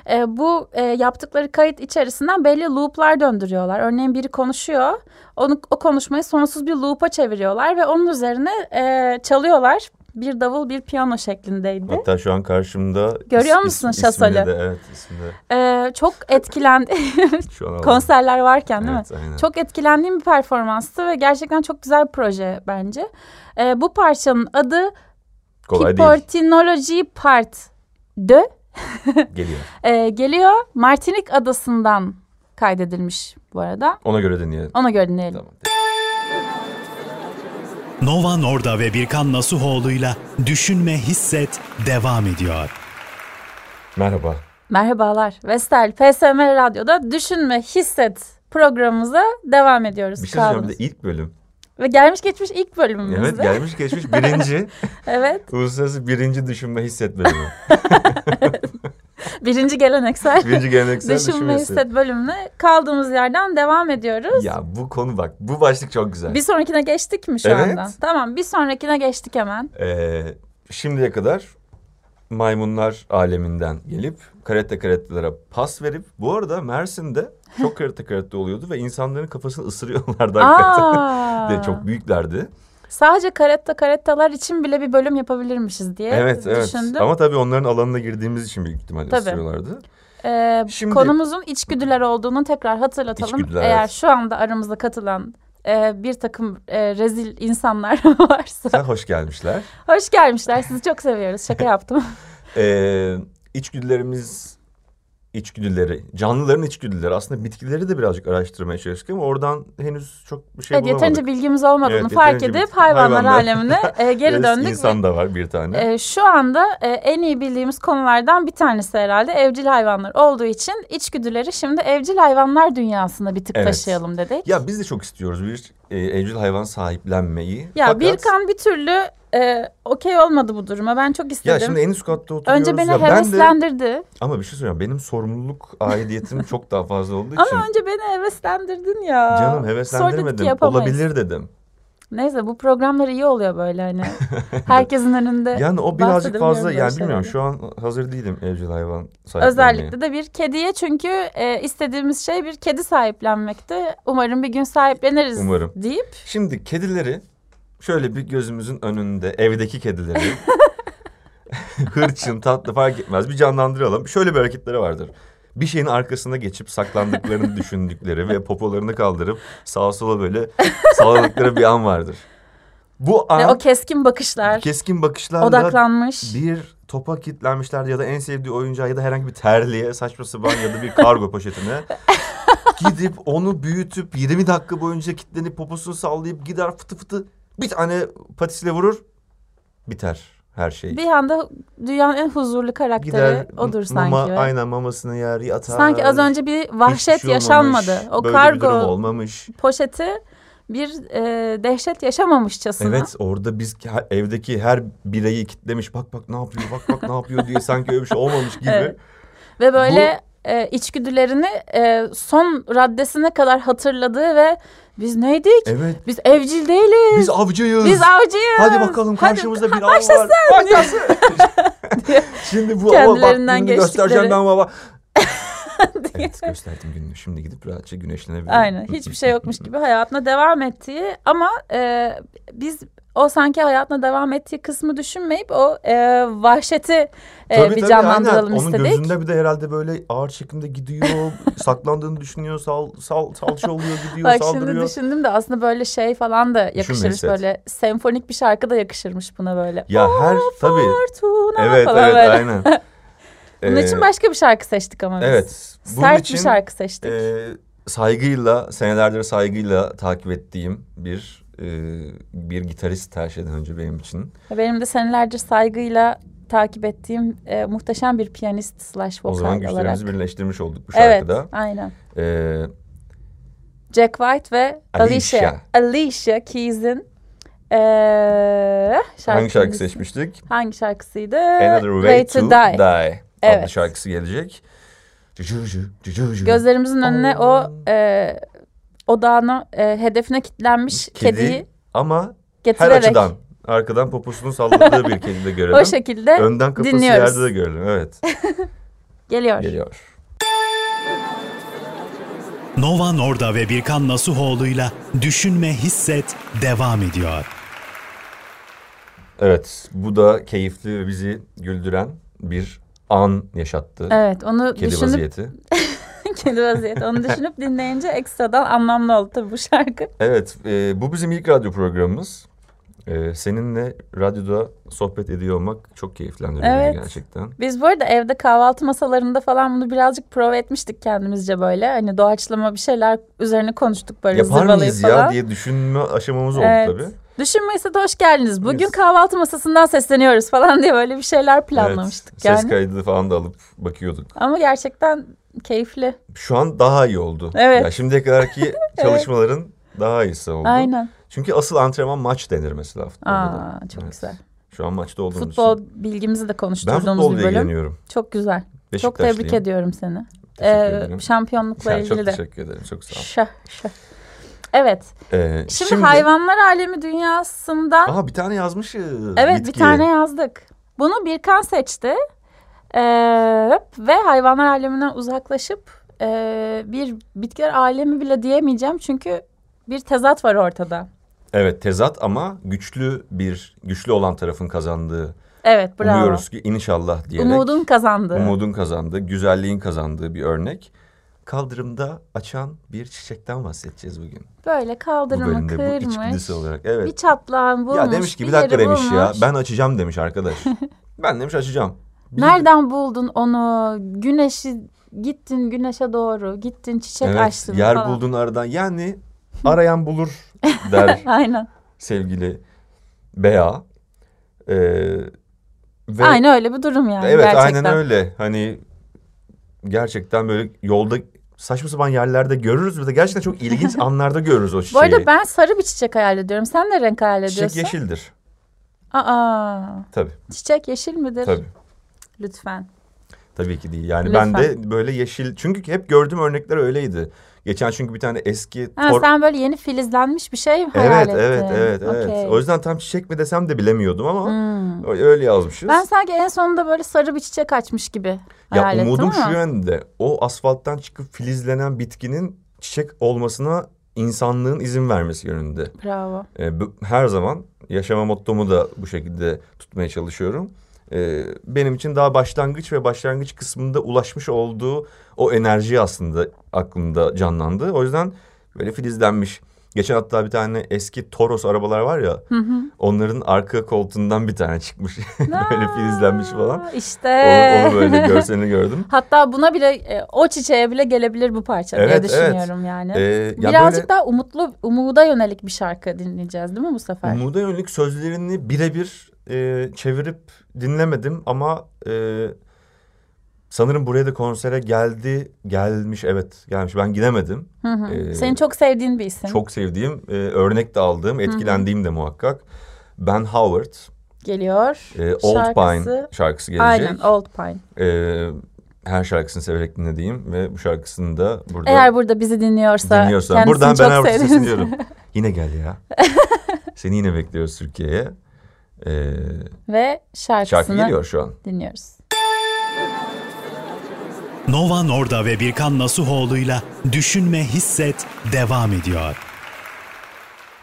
[SPEAKER 2] E, bu e, yaptıkları kayıt içerisinden belli looplar döndürüyorlar. Örneğin biri konuşuyor. Onu, o konuşmayı sonsuz bir loop'a çeviriyorlar ve onun üzerine e, çalıyorlar. Bir davul bir piyano şeklindeydi.
[SPEAKER 3] Hatta şu an karşımda
[SPEAKER 2] Görüyor
[SPEAKER 3] is-
[SPEAKER 2] musun
[SPEAKER 3] is- ismini
[SPEAKER 2] Şasol'ü?
[SPEAKER 3] de, Evet ismini de
[SPEAKER 2] E, çok etkilendi.
[SPEAKER 3] şu an aldım.
[SPEAKER 2] [LAUGHS] Konserler varken değil mi?
[SPEAKER 3] Evet, aynen.
[SPEAKER 2] Çok etkilendiğim bir performanstı ve gerçekten çok güzel bir proje bence. Ee, bu parçanın adı
[SPEAKER 3] Kolay değil.
[SPEAKER 2] Kiportinology Part 2
[SPEAKER 3] Geliyor.
[SPEAKER 2] Ee, geliyor. Martinik Adası'ndan kaydedilmiş bu arada.
[SPEAKER 3] Ona göre deneyelim.
[SPEAKER 2] Ona göre dinleyelim.
[SPEAKER 3] Tamam.
[SPEAKER 1] Nova Norda ve Birkan Nasuhoğlu'yla Düşünme Hisset devam ediyor.
[SPEAKER 3] Merhaba.
[SPEAKER 2] Merhabalar. Vestel PSM Radyo'da Düşünme Hisset programımıza devam ediyoruz.
[SPEAKER 3] Bir şey söyleyeceğim bir
[SPEAKER 2] Kaldınız.
[SPEAKER 3] de ilk bölüm.
[SPEAKER 2] Ve gelmiş geçmiş ilk
[SPEAKER 3] Evet
[SPEAKER 2] bölümümüzde.
[SPEAKER 3] gelmiş geçmiş
[SPEAKER 2] [LAUGHS]
[SPEAKER 3] birinci.
[SPEAKER 2] evet.
[SPEAKER 3] uluslararası birinci düşünme hisset bölümü.
[SPEAKER 2] Birinci geleneksel.
[SPEAKER 3] [LAUGHS] Birinci geleneksel
[SPEAKER 2] Düşünme
[SPEAKER 3] düşünme hisset.
[SPEAKER 2] Hisset bölümüne kaldığımız yerden devam ediyoruz.
[SPEAKER 3] Ya bu konu bak bu başlık çok güzel.
[SPEAKER 2] Bir sonrakine geçtik mi şu
[SPEAKER 3] Evet.
[SPEAKER 2] anda? Tamam bir sonrakine geçtik hemen.
[SPEAKER 3] Ee, şimdiye kadar maymunlar aleminden gelip karate karetlilere pas verip bu arada Mersin'de
[SPEAKER 2] [LAUGHS]
[SPEAKER 3] çok karate karate oluyordu ve insanların kafasını ısırıyorlardı hakikaten.
[SPEAKER 2] Aa,
[SPEAKER 3] [LAUGHS] De çok büyüklerdi.
[SPEAKER 2] Sadece karetta karettalar için bile bir bölüm yapabilirmişiz diye
[SPEAKER 3] Evet evet.
[SPEAKER 2] düşündüm.
[SPEAKER 3] Ama tabii onların alanına girdiğimiz için büyük ihtimalle
[SPEAKER 2] Tabii.
[SPEAKER 3] ısırıyorlardı.
[SPEAKER 2] Ee,
[SPEAKER 3] Şimdi-
[SPEAKER 2] konumuzun içgüdüler olduğunu tekrar hatırlatalım.
[SPEAKER 3] İçgüdüler,
[SPEAKER 2] Eğer
[SPEAKER 3] evet.
[SPEAKER 2] şu anda aramızda katılan e, bir takım e, rezil insanlar [LAUGHS] varsa
[SPEAKER 3] Sen hoş gelmişler.
[SPEAKER 2] hoş gelmişler. Sizi çok seviyoruz. Şaka
[SPEAKER 3] [LAUGHS]
[SPEAKER 2] yaptım.
[SPEAKER 3] Şey Ee, içgüdülerimiz içgüdüleri, canlıların içgüdüleri aslında bitkileri de birazcık araştırmaya çalıştık ama oradan henüz çok bir şey
[SPEAKER 2] evet,
[SPEAKER 3] bulamadık.
[SPEAKER 2] yeterince bilgimiz olmadığını
[SPEAKER 3] Evet,
[SPEAKER 2] fark
[SPEAKER 3] yeterince
[SPEAKER 2] edip
[SPEAKER 3] bitki-
[SPEAKER 2] hayvanlar,
[SPEAKER 3] hayvanlar.
[SPEAKER 2] alemine e, geri
[SPEAKER 3] [LAUGHS] Evet,
[SPEAKER 2] döndük. ve-
[SPEAKER 3] İnsan da var bir tane.
[SPEAKER 2] Ee, şu anda e, en iyi bildiğimiz konulardan bir tanesi herhalde evcil hayvanlar olduğu için içgüdüleri şimdi evcil hayvanlar dünyasında bir tık
[SPEAKER 3] Evet.
[SPEAKER 2] taşıyalım dedik. Ya,
[SPEAKER 3] Ya biz de çok istiyoruz bir e, evcil hayvan sahiplenmeyi. Fakat-
[SPEAKER 2] Birkan bir türlü e, okey olmadı bu duruma. Ben çok istedim.
[SPEAKER 3] Ya şimdi en üst katta oturuyoruz.
[SPEAKER 2] önce beni
[SPEAKER 3] ya ben de-
[SPEAKER 2] heveslendirdi.
[SPEAKER 3] Ama bir şey söyleyeyim. Benim sorumluluk
[SPEAKER 2] [LAUGHS]
[SPEAKER 3] aidiyetim çok daha fazla olduğu için.
[SPEAKER 2] Ama önce beni heveslendirdin ya.
[SPEAKER 3] Canım
[SPEAKER 2] Sonra dedik ki
[SPEAKER 3] heveslendirmedim.
[SPEAKER 2] yapamayız.
[SPEAKER 3] Olabilir dedim.
[SPEAKER 2] Neyse bu programlar iyi oluyor böyle
[SPEAKER 3] [LAUGHS]
[SPEAKER 2] hani. Herkesin önünde.
[SPEAKER 3] Yani o birazcık
[SPEAKER 2] bahsedemiyorum
[SPEAKER 3] fazla
[SPEAKER 2] böyle
[SPEAKER 3] yani bilmiyorum
[SPEAKER 2] şeylerden.
[SPEAKER 3] şu an hazır değilim evcil hayvan sahiplenmeye.
[SPEAKER 2] Özellikle de bir kediye çünkü e, istediğimiz şey bir kedi sahiplenmekti. Umarım bir gün sahipleniriz
[SPEAKER 3] Umarım.
[SPEAKER 2] deyip
[SPEAKER 3] Şimdi kedileri şöyle bir gözümüzün önünde evdeki kedileri
[SPEAKER 2] [LAUGHS]
[SPEAKER 3] hırçın tatlı fark etmez bir canlandıralım. Şöyle bir hareketleri vardır. Bir şeyin arkasına geçip saklandıklarını düşündükleri ve popolarını kaldırıp sağa
[SPEAKER 2] [LAUGHS]
[SPEAKER 3] sola böyle salladıkları bir an vardır. Bu
[SPEAKER 2] Ve
[SPEAKER 3] an
[SPEAKER 2] o keskin bakışlar,
[SPEAKER 3] keskin bakışlarla
[SPEAKER 2] odaklanmış.
[SPEAKER 3] bir topa kilitlenmişlerdi ya da en sevdiği oyuncağı ya da herhangi bir terliğe saçma sapan ya da bir kargo poşetine.
[SPEAKER 2] [LAUGHS]
[SPEAKER 3] Gidip onu büyütüp 20 dakika boyunca kilitlenip poposunu sallayıp gider fıtı fıtı bir tane patisle vurur biter her şey.
[SPEAKER 2] Bir anda dünyanın en huzurlu karakteri
[SPEAKER 3] Gider
[SPEAKER 2] odur sanki.
[SPEAKER 3] mama,
[SPEAKER 2] ve
[SPEAKER 3] aynen mamasını yer yatar.
[SPEAKER 2] Sanki az önce bir
[SPEAKER 3] Hiçbir
[SPEAKER 2] vahşet
[SPEAKER 3] şey olmamış,
[SPEAKER 2] yaşanmadı. O
[SPEAKER 3] böyle bir durum
[SPEAKER 2] kargo
[SPEAKER 3] olmamış.
[SPEAKER 2] poşeti bir e, dehşet yaşamamışçasına.
[SPEAKER 3] Evet orada biz ke- evdeki her bireyi kitlemiş bak bak ne yapıyor bak bak ne yapıyor diye sanki öyle bir şey olmamış gibi.
[SPEAKER 2] Evet. Ve böyle e, içgüdülerini e, son raddesine kadar hatırladığı ve biz neydik?
[SPEAKER 3] Evet.
[SPEAKER 2] Biz evcil değiliz.
[SPEAKER 3] Biz avcıyız.
[SPEAKER 2] Biz avcıyız.
[SPEAKER 3] Hadi bakalım
[SPEAKER 2] Hadi.
[SPEAKER 3] karşımızda bir av
[SPEAKER 2] başlasın.
[SPEAKER 3] var.
[SPEAKER 2] [LAUGHS]
[SPEAKER 3] Başlasın. Şimdi bu ama bak
[SPEAKER 2] Kendilerinden
[SPEAKER 3] gününü
[SPEAKER 2] geçtikleri.
[SPEAKER 3] göstereceğim
[SPEAKER 2] [LAUGHS]
[SPEAKER 3] ben baba. evet gösterdim gününü. Şimdi gidip rahatça güneşlenebilirim.
[SPEAKER 2] Aynen hiçbir şey yokmuş gibi hayatına devam ettiği ama e, biz o sanki hayatına devam ettiği kısmı düşünmeyip o e, vahşeti e,
[SPEAKER 3] Tabii,
[SPEAKER 2] bir
[SPEAKER 3] tabii,
[SPEAKER 2] canlandıralım
[SPEAKER 3] aynen.
[SPEAKER 2] istedik.
[SPEAKER 3] Onun gözünde bir de herhalde böyle ağır
[SPEAKER 2] [LAUGHS]
[SPEAKER 3] şeklinde gidiyor. saklandığını düşünüyor. Sal, sal, salça oluyor gidiyor
[SPEAKER 2] Bak şimdi
[SPEAKER 3] saldırıyor.
[SPEAKER 2] düşündüm de aslında böyle şey falan da yakışırmış
[SPEAKER 3] hisset.
[SPEAKER 2] böyle senfonik bir şarkı da yakışırmış buna böyle.
[SPEAKER 3] ya her tabii.
[SPEAKER 2] Fortuna
[SPEAKER 3] Evet
[SPEAKER 2] falan
[SPEAKER 3] evet
[SPEAKER 2] böyle.
[SPEAKER 3] aynen.
[SPEAKER 2] [LAUGHS] Bunun için
[SPEAKER 3] Ee,
[SPEAKER 2] başka bir şarkı seçtik ama biz.
[SPEAKER 3] Evet. bunun
[SPEAKER 2] Sert
[SPEAKER 3] için,
[SPEAKER 2] bir şarkı seçtik.
[SPEAKER 3] e, saygıyla, senelerdir saygıyla takip ettiğim bir e, bir gitarist her şeyden önce benim için.
[SPEAKER 2] Benim de senelerce saygıyla takip ettiğim e, muhteşem bir piyanist slash vokal
[SPEAKER 3] O zaman
[SPEAKER 2] olarak.
[SPEAKER 3] güçlerimizi birleştirmiş olduk bu
[SPEAKER 2] Evet,
[SPEAKER 3] şarkıda.
[SPEAKER 2] aynen.
[SPEAKER 3] Ee,
[SPEAKER 2] Jack White ve
[SPEAKER 3] Alicia.
[SPEAKER 2] Alicia. Alicia Keys'in e, eee şarkısı.
[SPEAKER 3] hangi şarkı seçmiştik?
[SPEAKER 2] Hangi şarkısıydı?
[SPEAKER 3] Another Way, to, Die, adlı
[SPEAKER 2] Evet.
[SPEAKER 3] şarkısı gelecek. Cü cü cü, cü cü cü.
[SPEAKER 2] Gözlerimizin önüne
[SPEAKER 3] Aa.
[SPEAKER 2] o eee odağına, eee, hedefine kilitlenmiş
[SPEAKER 3] Kedi
[SPEAKER 2] kediyi
[SPEAKER 3] ama her
[SPEAKER 2] getirerek
[SPEAKER 3] açıdan arkadan poposunu salladığı bir kedi de görelim.
[SPEAKER 2] [LAUGHS] o şekilde
[SPEAKER 3] Önden kafası
[SPEAKER 2] dinliyoruz.
[SPEAKER 3] yerde de görelim.
[SPEAKER 2] [LAUGHS]
[SPEAKER 3] Evet
[SPEAKER 2] geliyor.
[SPEAKER 3] geliyor.
[SPEAKER 1] Nova Norda ve Birkan Nasuhoğlu'yla Düşünme Hisset devam ediyor.
[SPEAKER 3] Evet bu da keyifli ve bizi güldüren bir an yaşattı.
[SPEAKER 2] Evet onu
[SPEAKER 3] Kedi
[SPEAKER 2] düşünüp
[SPEAKER 3] vaziyeti.
[SPEAKER 2] [LAUGHS] kedi vaziyeti
[SPEAKER 3] [LAUGHS]
[SPEAKER 2] onu düşünüp dinleyince ekstradan anlamlı oldu tabii bu şarkı.
[SPEAKER 3] Evet, e, bu bizim ilk radyo programımız. E, seninle radyoda sohbet ediyor olmak çok keyiflendiriyor beni
[SPEAKER 2] Evet.
[SPEAKER 3] gerçekten.
[SPEAKER 2] Biz bu arada evde kahvaltı masalarında falan bunu birazcık prova etmiştik kendimizce böyle. Hani doğaçlama bir şeyler üzerine konuştuk böyle
[SPEAKER 3] Yapar
[SPEAKER 2] zırvalayıp
[SPEAKER 3] mıyız ya
[SPEAKER 2] falan.
[SPEAKER 3] diye düşünme aşamamız oldu
[SPEAKER 2] Evet.
[SPEAKER 3] tabii.
[SPEAKER 2] Düşünmeyse de hoş geldiniz. Bugün
[SPEAKER 3] Yes.
[SPEAKER 2] kahvaltı masasından sesleniyoruz falan diye böyle bir şeyler planlamıştık
[SPEAKER 3] Evet,
[SPEAKER 2] yani.
[SPEAKER 3] Ses kaydı falan da alıp bakıyorduk.
[SPEAKER 2] Ama gerçekten keyifli.
[SPEAKER 3] Şu an daha iyi oldu.
[SPEAKER 2] Evet.
[SPEAKER 3] Ya
[SPEAKER 2] [LAUGHS]
[SPEAKER 3] şimdiye kadarki çalışmaların daha iyisi oldu.
[SPEAKER 2] Aynen.
[SPEAKER 3] Çünkü asıl antrenman maç denir mesela futbolda. da.
[SPEAKER 2] Aa çok
[SPEAKER 3] Evet.
[SPEAKER 2] güzel.
[SPEAKER 3] Şu an maçta olduğumuz
[SPEAKER 2] Futbol
[SPEAKER 3] için.
[SPEAKER 2] bilgimizi de
[SPEAKER 3] Ben
[SPEAKER 2] konuşturduğumuz
[SPEAKER 3] futbolla
[SPEAKER 2] bir bölüm.
[SPEAKER 3] ilgileniyorum.
[SPEAKER 2] Çok güzel. Çok
[SPEAKER 3] Beşiktaşlıyım.
[SPEAKER 2] tebrik ediyorum seni.
[SPEAKER 3] Teşekkür
[SPEAKER 2] Ee,
[SPEAKER 3] ederim.
[SPEAKER 2] şampiyonlukla
[SPEAKER 3] [LAUGHS] Ya,
[SPEAKER 2] ilgili
[SPEAKER 3] çok
[SPEAKER 2] de.
[SPEAKER 3] teşekkür ederim. Çok sağ ol.
[SPEAKER 2] Şah şah. Evet.
[SPEAKER 3] Ee,
[SPEAKER 2] Şimdi, hayvanlar alemi dünyasından
[SPEAKER 3] Aa bir tane e, yazmışız.
[SPEAKER 2] Evet
[SPEAKER 3] bitki.
[SPEAKER 2] bir tane yazdık. Bunu Birkan seçti. Ee, ve hayvanlar aleminden uzaklaşıp ee, bir bitkiler alemi bile diyemeyeceğim. Çünkü bir tezat var ortada.
[SPEAKER 3] Evet tezat ama güçlü bir güçlü olan tarafın kazandığı.
[SPEAKER 2] Evet bravo.
[SPEAKER 3] Umuyoruz ki inşallah diyerek.
[SPEAKER 2] Umudun kazandı.
[SPEAKER 3] umudun kazandığı, güzelliğin kazandığı bir örnek. Kaldırımda açan bir çiçekten bahsedeceğiz bugün.
[SPEAKER 2] Böyle
[SPEAKER 3] Bu
[SPEAKER 2] kaldırımı
[SPEAKER 3] bölümde bu
[SPEAKER 2] kırmış.
[SPEAKER 3] içgüdüsü olarak.
[SPEAKER 2] Bir
[SPEAKER 3] Evet.
[SPEAKER 2] çatlağın bulmuş.
[SPEAKER 3] ya demiş ki bir
[SPEAKER 2] yeri
[SPEAKER 3] dakika demiş ya
[SPEAKER 2] bulmuş.
[SPEAKER 3] ben açacağım
[SPEAKER 2] [LAUGHS]
[SPEAKER 3] demiş arkadaş. ben demiş açacağım. Bir-
[SPEAKER 2] Nereden buldun onu? Güneşi gittin güneşe doğru. Gittin çiçek
[SPEAKER 3] Evet,
[SPEAKER 2] açtın
[SPEAKER 3] yer
[SPEAKER 2] falan.
[SPEAKER 3] buldun aradan. Yani arayan bulur der
[SPEAKER 2] [LAUGHS] Aynen.
[SPEAKER 3] sevgili Bea. Ee, ve
[SPEAKER 2] Aynen öyle bir durum yani
[SPEAKER 3] Evet
[SPEAKER 2] gerçekten.
[SPEAKER 3] aynen öyle. Hani gerçekten böyle yolda saçma sapan yerlerde görürüz ve de gerçekten
[SPEAKER 2] [LAUGHS]
[SPEAKER 3] çok ilginç anlarda görürüz o çiçeği.
[SPEAKER 2] Bu arada ben sarı bir çiçek hayal ediyorum. Sen ne renk hayal ediyorsun?
[SPEAKER 3] şey. Çiçek yeşildir.
[SPEAKER 2] Aa,
[SPEAKER 3] Tabii
[SPEAKER 2] çiçek yeşil midir?
[SPEAKER 3] tabii.
[SPEAKER 2] Lütfen.
[SPEAKER 3] Tabii ki değil. Yani
[SPEAKER 2] Lütfen.
[SPEAKER 3] ben de böyle yeşil çünkü hep gördüğüm örnekler öyleydi. Geçen çünkü bir tane eski
[SPEAKER 2] Ha,
[SPEAKER 3] tor-
[SPEAKER 2] sen böyle yeni filizlenmiş bir şey hayal
[SPEAKER 3] Evet,
[SPEAKER 2] ettin.
[SPEAKER 3] evet, evet, evet.
[SPEAKER 2] Okey.
[SPEAKER 3] O yüzden tam çiçek mi desem de bilemiyordum ama
[SPEAKER 2] Hmm.
[SPEAKER 3] öyle yazmışız.
[SPEAKER 2] Ben sanki en sonunda böyle sarı bir çiçek açmış gibi
[SPEAKER 3] ya
[SPEAKER 2] hayal
[SPEAKER 3] umudum
[SPEAKER 2] ettim ama.
[SPEAKER 3] şu yönde. O asfalttan çıkıp filizlenen bitkinin çiçek olmasına insanlığın izin vermesi yönünde.
[SPEAKER 2] Bravo.
[SPEAKER 3] E, bu- her zaman yaşama mottomu da bu şekilde tutmaya çalışıyorum. E, benim için daha başlangıç ve başlangıç kısmında ulaşmış olduğu o enerji aslında aklımda canlandı. O yüzden böyle filizlenmiş. Geçen hatta bir tane eski Toros arabalar var ya
[SPEAKER 2] Hı hı.
[SPEAKER 3] onların arka koltuğundan bir tane çıkmış. [LAUGHS]
[SPEAKER 2] [LAUGHS]
[SPEAKER 3] böyle filizlenmiş falan.
[SPEAKER 2] Aa, Ee.
[SPEAKER 3] Onu,
[SPEAKER 2] İşte.
[SPEAKER 3] onu böyle [LAUGHS] görselini gördüm.
[SPEAKER 2] Hatta buna bile e, o çiçeğe bile gelebilir bu parça diye
[SPEAKER 3] Evet, evet.
[SPEAKER 2] düşünüyorum yani.
[SPEAKER 3] E, ya
[SPEAKER 2] Birazcık
[SPEAKER 3] böyle-
[SPEAKER 2] daha umutlu, umuda yönelik bir şarkı dinleyeceğiz değil mi bu sefer?
[SPEAKER 3] Umuda yönelik sözlerini birebir e, çevirip dinlemedim ama e, sanırım buraya da konsere geldi gelmiş evet gelmiş ben gidemedim.
[SPEAKER 2] Hı hı.
[SPEAKER 3] Ee,
[SPEAKER 2] Senin çok sevdiğin bir isim.
[SPEAKER 3] Çok sevdiğim e, örnek de aldığım etkilendiğim de muhakkak. Ben Howard
[SPEAKER 2] Geliyor.
[SPEAKER 3] e, Old
[SPEAKER 2] Şarkısı-
[SPEAKER 3] Pine şarkısı gelecek.
[SPEAKER 2] Aynen Old Pine.
[SPEAKER 3] E, her şarkısını severek dinlediğim ve bu şarkısını da burada
[SPEAKER 2] Eğer burada bizi dinliyorsa
[SPEAKER 3] dinliyorsan
[SPEAKER 2] kendisini
[SPEAKER 3] buradan ben
[SPEAKER 2] çok
[SPEAKER 3] Howard'a
[SPEAKER 2] sevdiğimiz-
[SPEAKER 3] sesleniyorum. yine gel ya. Seni yine bekliyoruz Türkiye'ye. Ee,
[SPEAKER 2] [LAUGHS] Ve şarkısını
[SPEAKER 3] Şarkı geliyor şu an.
[SPEAKER 2] dinliyoruz.
[SPEAKER 1] Nova Norda ve Birkan Nasuhoğlu'yla Düşünme Hisset devam ediyor.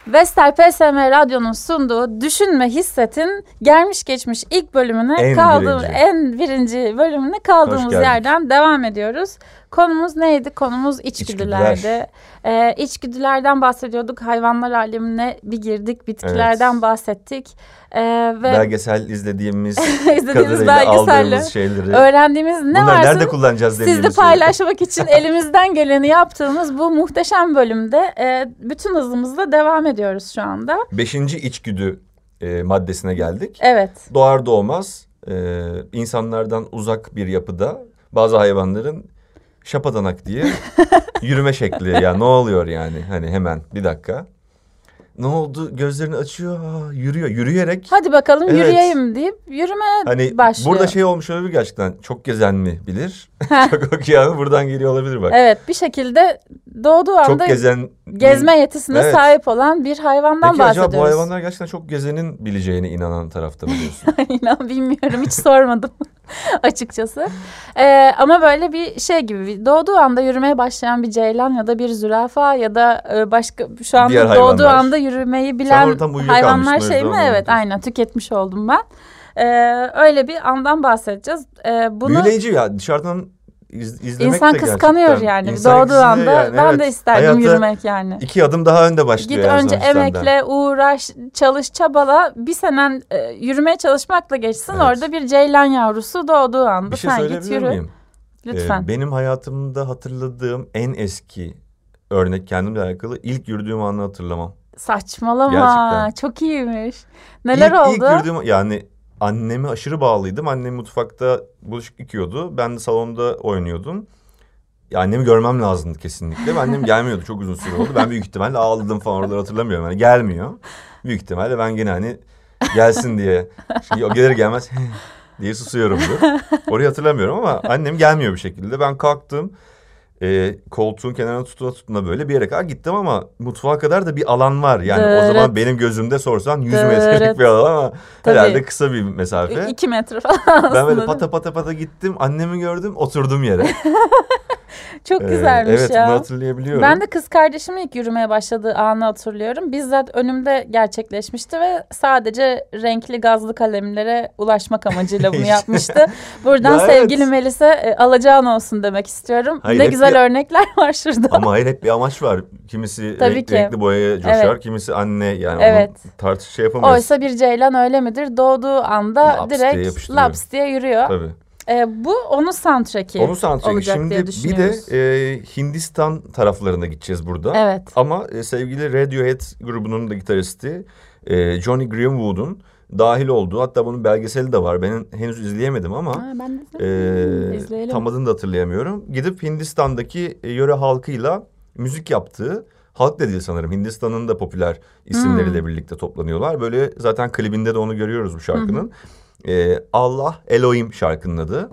[SPEAKER 2] Vestel PSM Radyo'nun sunduğu Düşünme Hisset'in gelmiş geçmiş ilk bölümüne
[SPEAKER 3] En
[SPEAKER 2] kaldığımız
[SPEAKER 3] birinci.
[SPEAKER 2] en birinci bölümüne kaldığımız
[SPEAKER 3] geldik.
[SPEAKER 2] yerden devam ediyoruz. Konumuz neydi? Konumuz içgüdülerdi.
[SPEAKER 3] İçgüdüler.
[SPEAKER 2] Ee, içgüdülerden bahsediyorduk. Hayvanlar alemine bir girdik. Bitkilerden
[SPEAKER 3] Evet.
[SPEAKER 2] bahsettik. Ee, ve
[SPEAKER 3] Belgesel
[SPEAKER 2] [LAUGHS]
[SPEAKER 3] izlediğimiz
[SPEAKER 2] izlediğimiz
[SPEAKER 3] kadarıyla
[SPEAKER 2] belgeselle
[SPEAKER 3] aldığımız şeyleri.
[SPEAKER 2] öğrendiğimiz ne
[SPEAKER 3] Bunları
[SPEAKER 2] varsa
[SPEAKER 3] nerede kullanacağız dediğimiz şey.
[SPEAKER 2] Sizle paylaşmak
[SPEAKER 3] [LAUGHS]
[SPEAKER 2] için elimizden geleni yaptığımız bu muhteşem bölümde e, bütün hızımızla devam ediyoruz şu anda.
[SPEAKER 3] Şey. Beşinci içgüdü e, maddesine geldik.
[SPEAKER 2] Evet.
[SPEAKER 3] Doğar doğmaz e, insanlardan uzak bir yapıda bazı hayvanların
[SPEAKER 2] [LAUGHS]
[SPEAKER 3] şapadanak diye yürüme şekli. Ya ne oluyor yani hani hemen bir dakika. Ne oldu gözlerini açıyor aa, yürüyor yürüyerek.
[SPEAKER 2] Hadi bakalım
[SPEAKER 3] Evet.
[SPEAKER 2] yürüyeyim deyip yürümeye
[SPEAKER 3] Hani
[SPEAKER 2] başlıyor.
[SPEAKER 3] burada şey olmuş olabilir gerçekten çok gezen mi bilir? [LAUGHS] çok okuyan buradan geliyor olabilir bak.
[SPEAKER 2] Evet bir şekilde doğduğu anda
[SPEAKER 3] çok gezen
[SPEAKER 2] gezme yetisine
[SPEAKER 3] Evet.
[SPEAKER 2] sahip olan bir hayvandan
[SPEAKER 3] Peki acaba
[SPEAKER 2] bahsediyoruz.
[SPEAKER 3] bu hayvanlar gerçekten çok gezenin bileceğine inanan tarafta mı
[SPEAKER 2] [LAUGHS]
[SPEAKER 3] diyorsun?
[SPEAKER 2] İnan bilmiyorum hiç sormadım [LAUGHS] açıkçası. Ee, ama böyle bir şey gibi bir- doğduğu anda yürümeye başlayan bir ceylan ya da bir zürafa ya da e, başka şu anda
[SPEAKER 3] Diğer
[SPEAKER 2] doğduğu
[SPEAKER 3] hayvanlar.
[SPEAKER 2] anda yürümeyi
[SPEAKER 3] Sen
[SPEAKER 2] bilen
[SPEAKER 3] oradan uyuyakalmışsın,
[SPEAKER 2] hayvanlar
[SPEAKER 3] o
[SPEAKER 2] şey
[SPEAKER 3] yüzden
[SPEAKER 2] mi?
[SPEAKER 3] onu
[SPEAKER 2] Evet
[SPEAKER 3] unutuyorsun.
[SPEAKER 2] aynen tüketmiş oldum ben. Ee, öyle bir andan bahsedeceğiz. Ee, bunu
[SPEAKER 3] Büyüleyici ya dışarıdan iz- izlemek
[SPEAKER 2] insan
[SPEAKER 3] de
[SPEAKER 2] kıskanıyor
[SPEAKER 3] gerçekten.
[SPEAKER 2] yani
[SPEAKER 3] İnsan
[SPEAKER 2] doğduğu
[SPEAKER 3] ikisini
[SPEAKER 2] anda
[SPEAKER 3] yani,
[SPEAKER 2] ben
[SPEAKER 3] evet.
[SPEAKER 2] de isterdim
[SPEAKER 3] Hayata
[SPEAKER 2] yürümek yani.
[SPEAKER 3] İki adım daha önde başlıyor.
[SPEAKER 2] Git
[SPEAKER 3] en
[SPEAKER 2] önce
[SPEAKER 3] azından senden.
[SPEAKER 2] emekle, uğraş, çalış, çabala. Bir senen e, yürümeye çalışmakla geçsin.
[SPEAKER 3] Evet.
[SPEAKER 2] Orada bir ceylan yavrusu doğduğu anda
[SPEAKER 3] Bir şey
[SPEAKER 2] sen git
[SPEAKER 3] söyleyebilir
[SPEAKER 2] yürü.
[SPEAKER 3] miyim? Ee,
[SPEAKER 2] Lütfen.
[SPEAKER 3] benim hayatımda hatırladığım en eski örnek kendimle alakalı ilk yürüdüğüm anı hatırlamam.
[SPEAKER 2] Saçmalama.
[SPEAKER 3] Gerçekten.
[SPEAKER 2] Çok iyiymiş. Neler
[SPEAKER 3] ilk,
[SPEAKER 2] oldu?
[SPEAKER 3] İlk yürüdüğüm yani anneme aşırı bağlıydım. Annem mutfakta bulaşık yıkıyordu. Ben de salonda oynuyordum. Ya annemi görmem lazımdı kesinlikle. Ve Annem gelmiyordu çok uzun süre oldu. Ben büyük ihtimalle ağladım falan oraları hatırlamıyorum. Yani gelmiyor. Büyük ihtimalle ben gene hani gelsin diye. Şey, o gelir gelmez [LAUGHS] diye susuyorumdur. Orayı hatırlamıyorum ama annem gelmiyor bir şekilde. Ben kalktım. Ee, koltuğun kenarına tutuna tutuna böyle bir yere kadar gittim ama mutfağa kadar da bir alan var. Yani o
[SPEAKER 2] Dırıt.
[SPEAKER 3] zaman benim gözümde sorsan 100
[SPEAKER 2] Dırıt.
[SPEAKER 3] metrelik bir alan ama
[SPEAKER 2] Tabii.
[SPEAKER 3] herhalde kısa bir mesafe.
[SPEAKER 2] İki metre falan aslında.
[SPEAKER 3] ben böyle
[SPEAKER 2] değil mi?
[SPEAKER 3] pata pata pata gittim annemi gördüm
[SPEAKER 2] [LAUGHS]
[SPEAKER 3] oturdum yere.
[SPEAKER 2] Çok
[SPEAKER 3] Ee,
[SPEAKER 2] güzelmiş
[SPEAKER 3] evet,
[SPEAKER 2] ya.
[SPEAKER 3] bunu hatırlayabiliyorum.
[SPEAKER 2] Ben de kız kardeşimin ilk yürümeye başladığı anı hatırlıyorum. Bizzat önümde gerçekleşmişti ve sadece renkli gazlı kalemlere ulaşmak amacıyla
[SPEAKER 3] [LAUGHS]
[SPEAKER 2] bunu
[SPEAKER 3] İşte.
[SPEAKER 2] yapmıştı. Buradan
[SPEAKER 3] Ya evet.
[SPEAKER 2] sevgili Melis'e e, alacağın olsun demek istiyorum.
[SPEAKER 3] Hayır,
[SPEAKER 2] ne
[SPEAKER 3] hep
[SPEAKER 2] güzel
[SPEAKER 3] bir-
[SPEAKER 2] örnekler [LAUGHS] var şurada.
[SPEAKER 3] Ama hayır hep bir amaç var. Kimisi
[SPEAKER 2] Tabii
[SPEAKER 3] renk-
[SPEAKER 2] ki.
[SPEAKER 3] renkli boyaya coşar,
[SPEAKER 2] Evet.
[SPEAKER 3] kimisi anne yani
[SPEAKER 2] Evet.
[SPEAKER 3] onu tartış şey yapamayız.
[SPEAKER 2] [LAUGHS] Oysa bir ceylan öyle midir? Doğduğu anda
[SPEAKER 3] Laps diye
[SPEAKER 2] direkt
[SPEAKER 3] yapıştırıyor.
[SPEAKER 2] laps diye yürüyor.
[SPEAKER 3] Tabii.
[SPEAKER 2] E, bu onun soundtrack'i
[SPEAKER 3] Onun soundtrack'i
[SPEAKER 2] olacak
[SPEAKER 3] şimdi
[SPEAKER 2] diye
[SPEAKER 3] bir de
[SPEAKER 2] düşünüyoruz.
[SPEAKER 3] e, Hindistan taraflarına gideceğiz burada.
[SPEAKER 2] Evet.
[SPEAKER 3] Ama e, sevgili Radiohead grubunun da gitaristi e, Johnny Greenwood'un dahil olduğu hatta bunun belgeseli de var. Ben henüz izleyemedim ama
[SPEAKER 2] Aa, ben de
[SPEAKER 3] e,
[SPEAKER 2] izleyelim.
[SPEAKER 3] tam adını da hatırlayamıyorum. Gidip Hindistan'daki e, yöre halkıyla müzik yaptığı halk da değil sanırım. Hindistan'ın da popüler isimleriyle
[SPEAKER 2] Hmm.
[SPEAKER 3] birlikte toplanıyorlar. Böyle zaten klibinde de onu görüyoruz bu şarkının. E, Allah Elohim şarkının adı.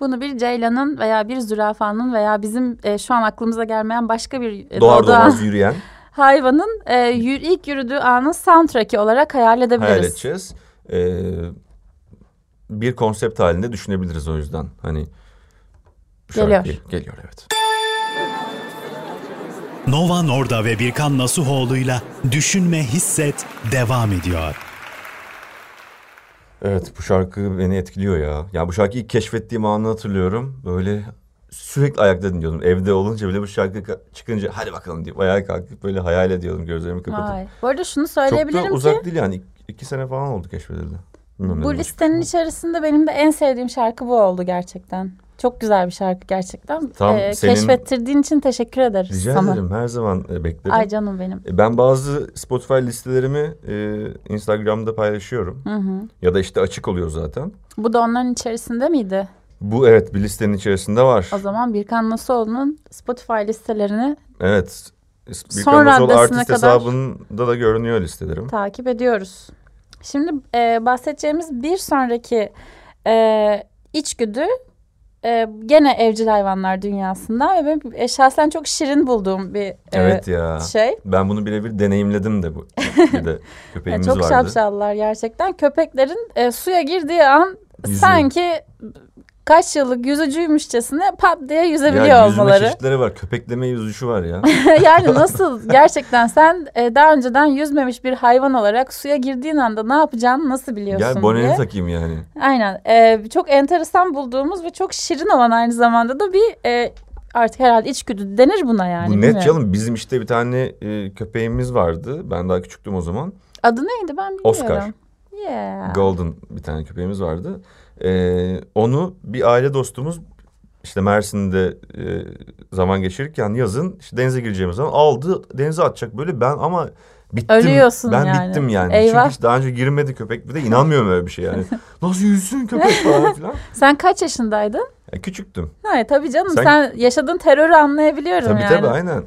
[SPEAKER 2] Bunu bir ceylanın veya bir zürafanın veya bizim e, şu an aklımıza gelmeyen başka bir e,
[SPEAKER 3] Doğar
[SPEAKER 2] doğduğu an-
[SPEAKER 3] doğmaz
[SPEAKER 2] [LAUGHS]
[SPEAKER 3] yürüyen.
[SPEAKER 2] hayvanın e, yür- ilk yürüdüğü anın soundtrack'i olarak hayal edebiliriz.
[SPEAKER 3] hayal edeceğiz. Ee, bir konsept halinde düşünebiliriz o yüzden. Hani bu
[SPEAKER 2] Geliyor.
[SPEAKER 3] şarkıyı- Geliyor evet.
[SPEAKER 1] Nova Norda ve Birkan Nasuhoğlu'yla Düşünme Hisset devam ediyor.
[SPEAKER 3] Evet bu şarkı beni etkiliyor ya. Ya bu şarkıyı ilk keşfettiğim anı hatırlıyorum. Böyle sürekli ayakta dinliyordum. Evde olunca bile bu şarkı ka- çıkınca hadi bakalım diye ayağa kalkıp böyle hayal ediyordum gözlerimi kapatıp.
[SPEAKER 2] Vay. Bu arada şunu
[SPEAKER 3] Çok da
[SPEAKER 2] söyleyebilirim
[SPEAKER 3] uzak
[SPEAKER 2] ki
[SPEAKER 3] değil yani. İk- iki sene falan oldu keşfedildi. Bilmiyorum
[SPEAKER 2] bu
[SPEAKER 3] ne
[SPEAKER 2] listenin içerisinde benim de en sevdiğim şarkı bu oldu gerçekten. Çok güzel bir şarkı gerçekten.
[SPEAKER 3] Tam
[SPEAKER 2] E,
[SPEAKER 3] senin-
[SPEAKER 2] Keşfettirdiğin için teşekkür ederiz
[SPEAKER 3] Rica
[SPEAKER 2] sana.
[SPEAKER 3] ederim her zaman e, beklerim.
[SPEAKER 2] Ay canım benim.
[SPEAKER 3] E, Ben bazı Spotify listelerimi e, Instagram'da paylaşıyorum. Ya da işte açık oluyor zaten.
[SPEAKER 2] Bu da onların içerisinde miydi?
[SPEAKER 3] Bu evet bir listenin içerisinde var.
[SPEAKER 2] O zaman Birkan Nasuoğlu'nun Spotify listelerini
[SPEAKER 3] Evet. Bir
[SPEAKER 2] Son
[SPEAKER 3] Kanasol
[SPEAKER 2] raddesine
[SPEAKER 3] artist
[SPEAKER 2] kadar-
[SPEAKER 3] hesabında da görünüyor listelerim.
[SPEAKER 2] takip ediyoruz. Şimdi e, bahsedeceğimiz bir sonraki e, içgüdü e, gene evcil hayvanlar dünyasında ve benim e, şahsen çok şirin bulduğum bir e,
[SPEAKER 3] Evet ya.
[SPEAKER 2] şey.
[SPEAKER 3] Ben bunu birebir deneyimledim de bu.
[SPEAKER 2] [LAUGHS]
[SPEAKER 3] Bir de
[SPEAKER 2] E,
[SPEAKER 3] köpeğimiz
[SPEAKER 2] çok
[SPEAKER 3] vardı.
[SPEAKER 2] şapşallar gerçekten. Köpeklerin e, suya girdiği an
[SPEAKER 3] Yüzüyor.
[SPEAKER 2] sanki kaç yıllık yüzücüymüşçesine pat diye yüzebiliyor
[SPEAKER 3] ya yüzme
[SPEAKER 2] olmaları.
[SPEAKER 3] çeşitleri var. Köpekleme yüzüşü var ya.
[SPEAKER 2] [LAUGHS] yani nasıl gerçekten sen e, daha önceden yüzmemiş bir hayvan olarak suya girdiğin anda ne yapacağını nasıl biliyorsun
[SPEAKER 3] Gel boneni
[SPEAKER 2] diye.
[SPEAKER 3] takayım yani.
[SPEAKER 2] Aynen. E, çok enteresan bulduğumuz ve çok şirin olan aynı zamanda da bir e, artık herhalde içgüdü denir buna yani.
[SPEAKER 3] Bu net
[SPEAKER 2] bilmiyorum.
[SPEAKER 3] canım. Bizim işte bir tane e, köpeğimiz vardı. Ben daha küçüktüm o zaman.
[SPEAKER 2] Adı neydi ben bilmiyorum.
[SPEAKER 3] Oscar.
[SPEAKER 2] Yeah.
[SPEAKER 3] Golden bir tane köpeğimiz vardı. Ee, onu bir aile dostumuz işte Mersin'de e, zaman geçirirken yazın işte denize gireceğimiz zaman aldı denize atacak böyle ben ama bittim.
[SPEAKER 2] Ölüyorsun
[SPEAKER 3] ben
[SPEAKER 2] yani.
[SPEAKER 3] bittim yani.
[SPEAKER 2] Eyvah.
[SPEAKER 3] Çünkü hiç daha önce girmedi köpek bir de inanmıyorum öyle bir
[SPEAKER 2] [LAUGHS]
[SPEAKER 3] şey yani. Nasıl yüzsün köpek falan filan.
[SPEAKER 2] Sen kaç yaşındaydın?
[SPEAKER 3] Ya küçüktüm.
[SPEAKER 2] Hayır tabii canım sen,
[SPEAKER 3] Sen-
[SPEAKER 2] yaşadığın terörü anlayabiliyorum
[SPEAKER 3] Tabii
[SPEAKER 2] yani.
[SPEAKER 3] tabii aynen.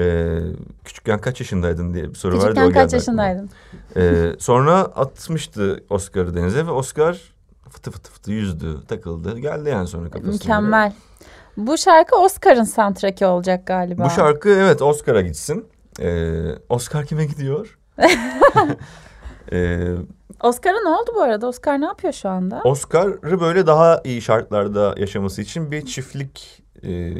[SPEAKER 3] Ee, küçükken kaç yaşındaydın diye bir soru vardı. o
[SPEAKER 2] Küçükken
[SPEAKER 3] geldi
[SPEAKER 2] kaç
[SPEAKER 3] aklıma.
[SPEAKER 2] yaşındaydın?
[SPEAKER 3] Ee, sonra atmıştı Oscar'ı denize ve Oscar fıtı fıtı fıtı yüzdü, takıldı. Geldi yani sonra kafasına. göre.
[SPEAKER 2] Mükemmel. Bu şarkı Oscar'ın soundtrack'i olacak galiba.
[SPEAKER 3] Bu şarkı evet Oscar'a gitsin. Ee, Oscar kime
[SPEAKER 2] [LAUGHS]
[SPEAKER 3] gidiyor? ee,
[SPEAKER 2] Oscar'a ne oldu bu arada? Oscar ne yapıyor şu anda?
[SPEAKER 3] Oscar'ı böyle daha iyi şartlarda yaşaması için bir çiftlik e,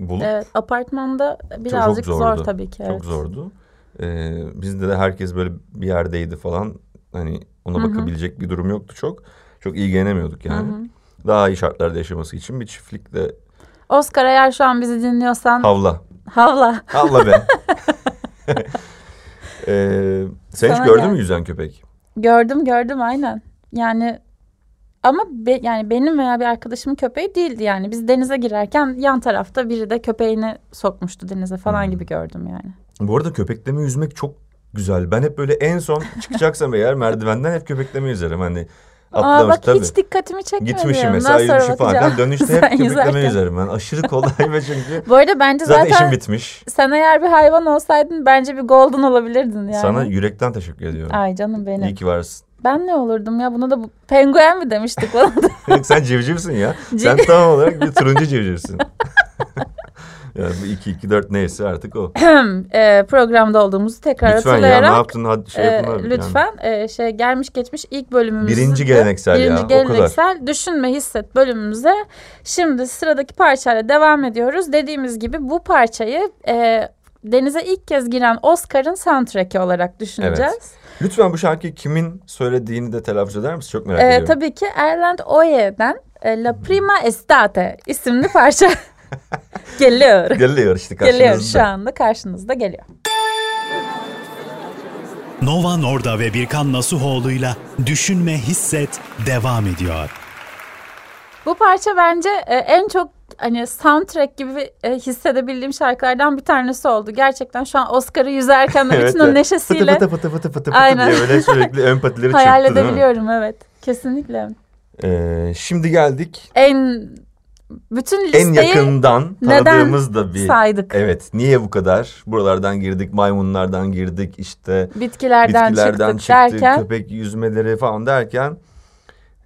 [SPEAKER 3] bulup
[SPEAKER 2] Evet, apartmanda birazcık zor
[SPEAKER 3] zordu.
[SPEAKER 2] tabii ki. evet.
[SPEAKER 3] çok zordu. Ee, bizde de herkes böyle bir yerdeydi falan. Hani ona
[SPEAKER 2] Hı hı.
[SPEAKER 3] bakabilecek bir durum yoktu çok. Çok ilgilenemiyorduk
[SPEAKER 2] Hı
[SPEAKER 3] yani.
[SPEAKER 2] hı.
[SPEAKER 3] Daha iyi şartlarda yaşaması için bir çiftlikle
[SPEAKER 2] Oscar eğer şu an bizi dinliyorsan
[SPEAKER 3] havla
[SPEAKER 2] havla. [LAUGHS]
[SPEAKER 3] Allah be. ee, sen
[SPEAKER 2] Sana
[SPEAKER 3] hiç gördün
[SPEAKER 2] gel.
[SPEAKER 3] mü yüzen köpek?
[SPEAKER 2] Gördüm gördüm aynen. Yani ama be- yani benim veya bir arkadaşımın köpeği değildi yani. Biz denize girerken yan tarafta biri de köpeğini sokmuştu denize falan
[SPEAKER 3] Hmm.
[SPEAKER 2] gibi gördüm yani.
[SPEAKER 3] Bu arada köpekleme yüzmek çok güzel. Ben hep böyle en son çıkacaksam eğer merdivenden hep köpekleme yüzerim. Hani
[SPEAKER 2] Aa
[SPEAKER 3] atlamış
[SPEAKER 2] bak
[SPEAKER 3] tabii.
[SPEAKER 2] hiç dikkatimi çekmedi.
[SPEAKER 3] Gitmişim
[SPEAKER 2] Ondan
[SPEAKER 3] mesela
[SPEAKER 2] sonra
[SPEAKER 3] yürüyüşü falan.
[SPEAKER 2] bakacağım. [LAUGHS]
[SPEAKER 3] Dönüşte
[SPEAKER 2] Sen
[SPEAKER 3] hep köpekleme
[SPEAKER 2] yüzerken.
[SPEAKER 3] yüzerim ben. Aşırı kolay ve çünkü
[SPEAKER 2] Bu arada bence [LAUGHS]
[SPEAKER 3] zaten,
[SPEAKER 2] zaten,
[SPEAKER 3] işim bitmiş.
[SPEAKER 2] sen eğer bir hayvan olsaydın bence bir golden olabilirdin yani.
[SPEAKER 3] Sana yürekten teşekkür ediyorum.
[SPEAKER 2] Ay canım benim.
[SPEAKER 3] İyi ki varsın. [LAUGHS]
[SPEAKER 2] Ben ne olurdum ya buna da bu... penguen mi demiştik bana da. [LAUGHS]
[SPEAKER 3] Sen civcivsin ya. Sen
[SPEAKER 2] Civ-
[SPEAKER 3] tam olarak bir turuncu civcivsin. [LAUGHS] yani bu iki, iki, dört neyse artık o.
[SPEAKER 2] Eee, e, programda olduğumuzu tekrar
[SPEAKER 3] Lütfen ya
[SPEAKER 2] hatırlayarak.
[SPEAKER 3] ne yaptın? Hadi şey
[SPEAKER 2] eee,
[SPEAKER 3] yapın abi yani.
[SPEAKER 2] lütfen eee, şey gelmiş geçmiş ilk bölümümüzde
[SPEAKER 3] Birinci geleneksel ya,
[SPEAKER 2] birinci
[SPEAKER 3] o kadar.
[SPEAKER 2] geleneksel düşünme hisset bölümümüze şimdi sıradaki parçayla devam ediyoruz dediğimiz gibi bu parçayı eee, denize ilk kez giren Oscar'ın soundtrack'i olarak düşüneceğiz.
[SPEAKER 3] Lütfen bu şarkıyı kimin söylediğini de telaffuz eder misin? Çok merak
[SPEAKER 2] Eee,
[SPEAKER 3] ediyorum.
[SPEAKER 2] E, tabii ki Erland Oye'den eee, La Prima Estate isimli
[SPEAKER 3] [LAUGHS]
[SPEAKER 2] parça geliyor.
[SPEAKER 3] Geliyor işte karşınızda.
[SPEAKER 2] Geliyor
[SPEAKER 3] [LAUGHS]
[SPEAKER 2] şu anda karşınızda geliyor.
[SPEAKER 1] Nova Norda ve Birkan Nasuhoğlu'yla Düşünme Hisset devam ediyor.
[SPEAKER 2] Bu parça bence e, en çok hani soundtrack gibi e, hissedebildiğim şarkılardan bir tanesi oldu. Gerçekten şu an Oscar'ı yüzerken
[SPEAKER 3] [LAUGHS]
[SPEAKER 2] de bütün o neşesiyle
[SPEAKER 3] Pıtı pıtı pıtı pıtı pıtı pıtı
[SPEAKER 2] Aynen.
[SPEAKER 3] diye böyle [LAUGHS] sürekli ön patileri
[SPEAKER 2] hayal
[SPEAKER 3] çırptı, değil mi?
[SPEAKER 2] edebiliyorum evet. Kesinlikle.
[SPEAKER 3] Ee, şimdi geldik
[SPEAKER 2] En bütün listeyi
[SPEAKER 3] en yakından
[SPEAKER 2] neden
[SPEAKER 3] tanıdığımız da bir...
[SPEAKER 2] saydık.
[SPEAKER 3] Evet niye bu kadar? Buralardan girdik, maymunlardan girdik işte
[SPEAKER 2] Bitkilerden,
[SPEAKER 3] bitkilerden
[SPEAKER 2] çıktık derken
[SPEAKER 3] köpek yüzmeleri falan derken.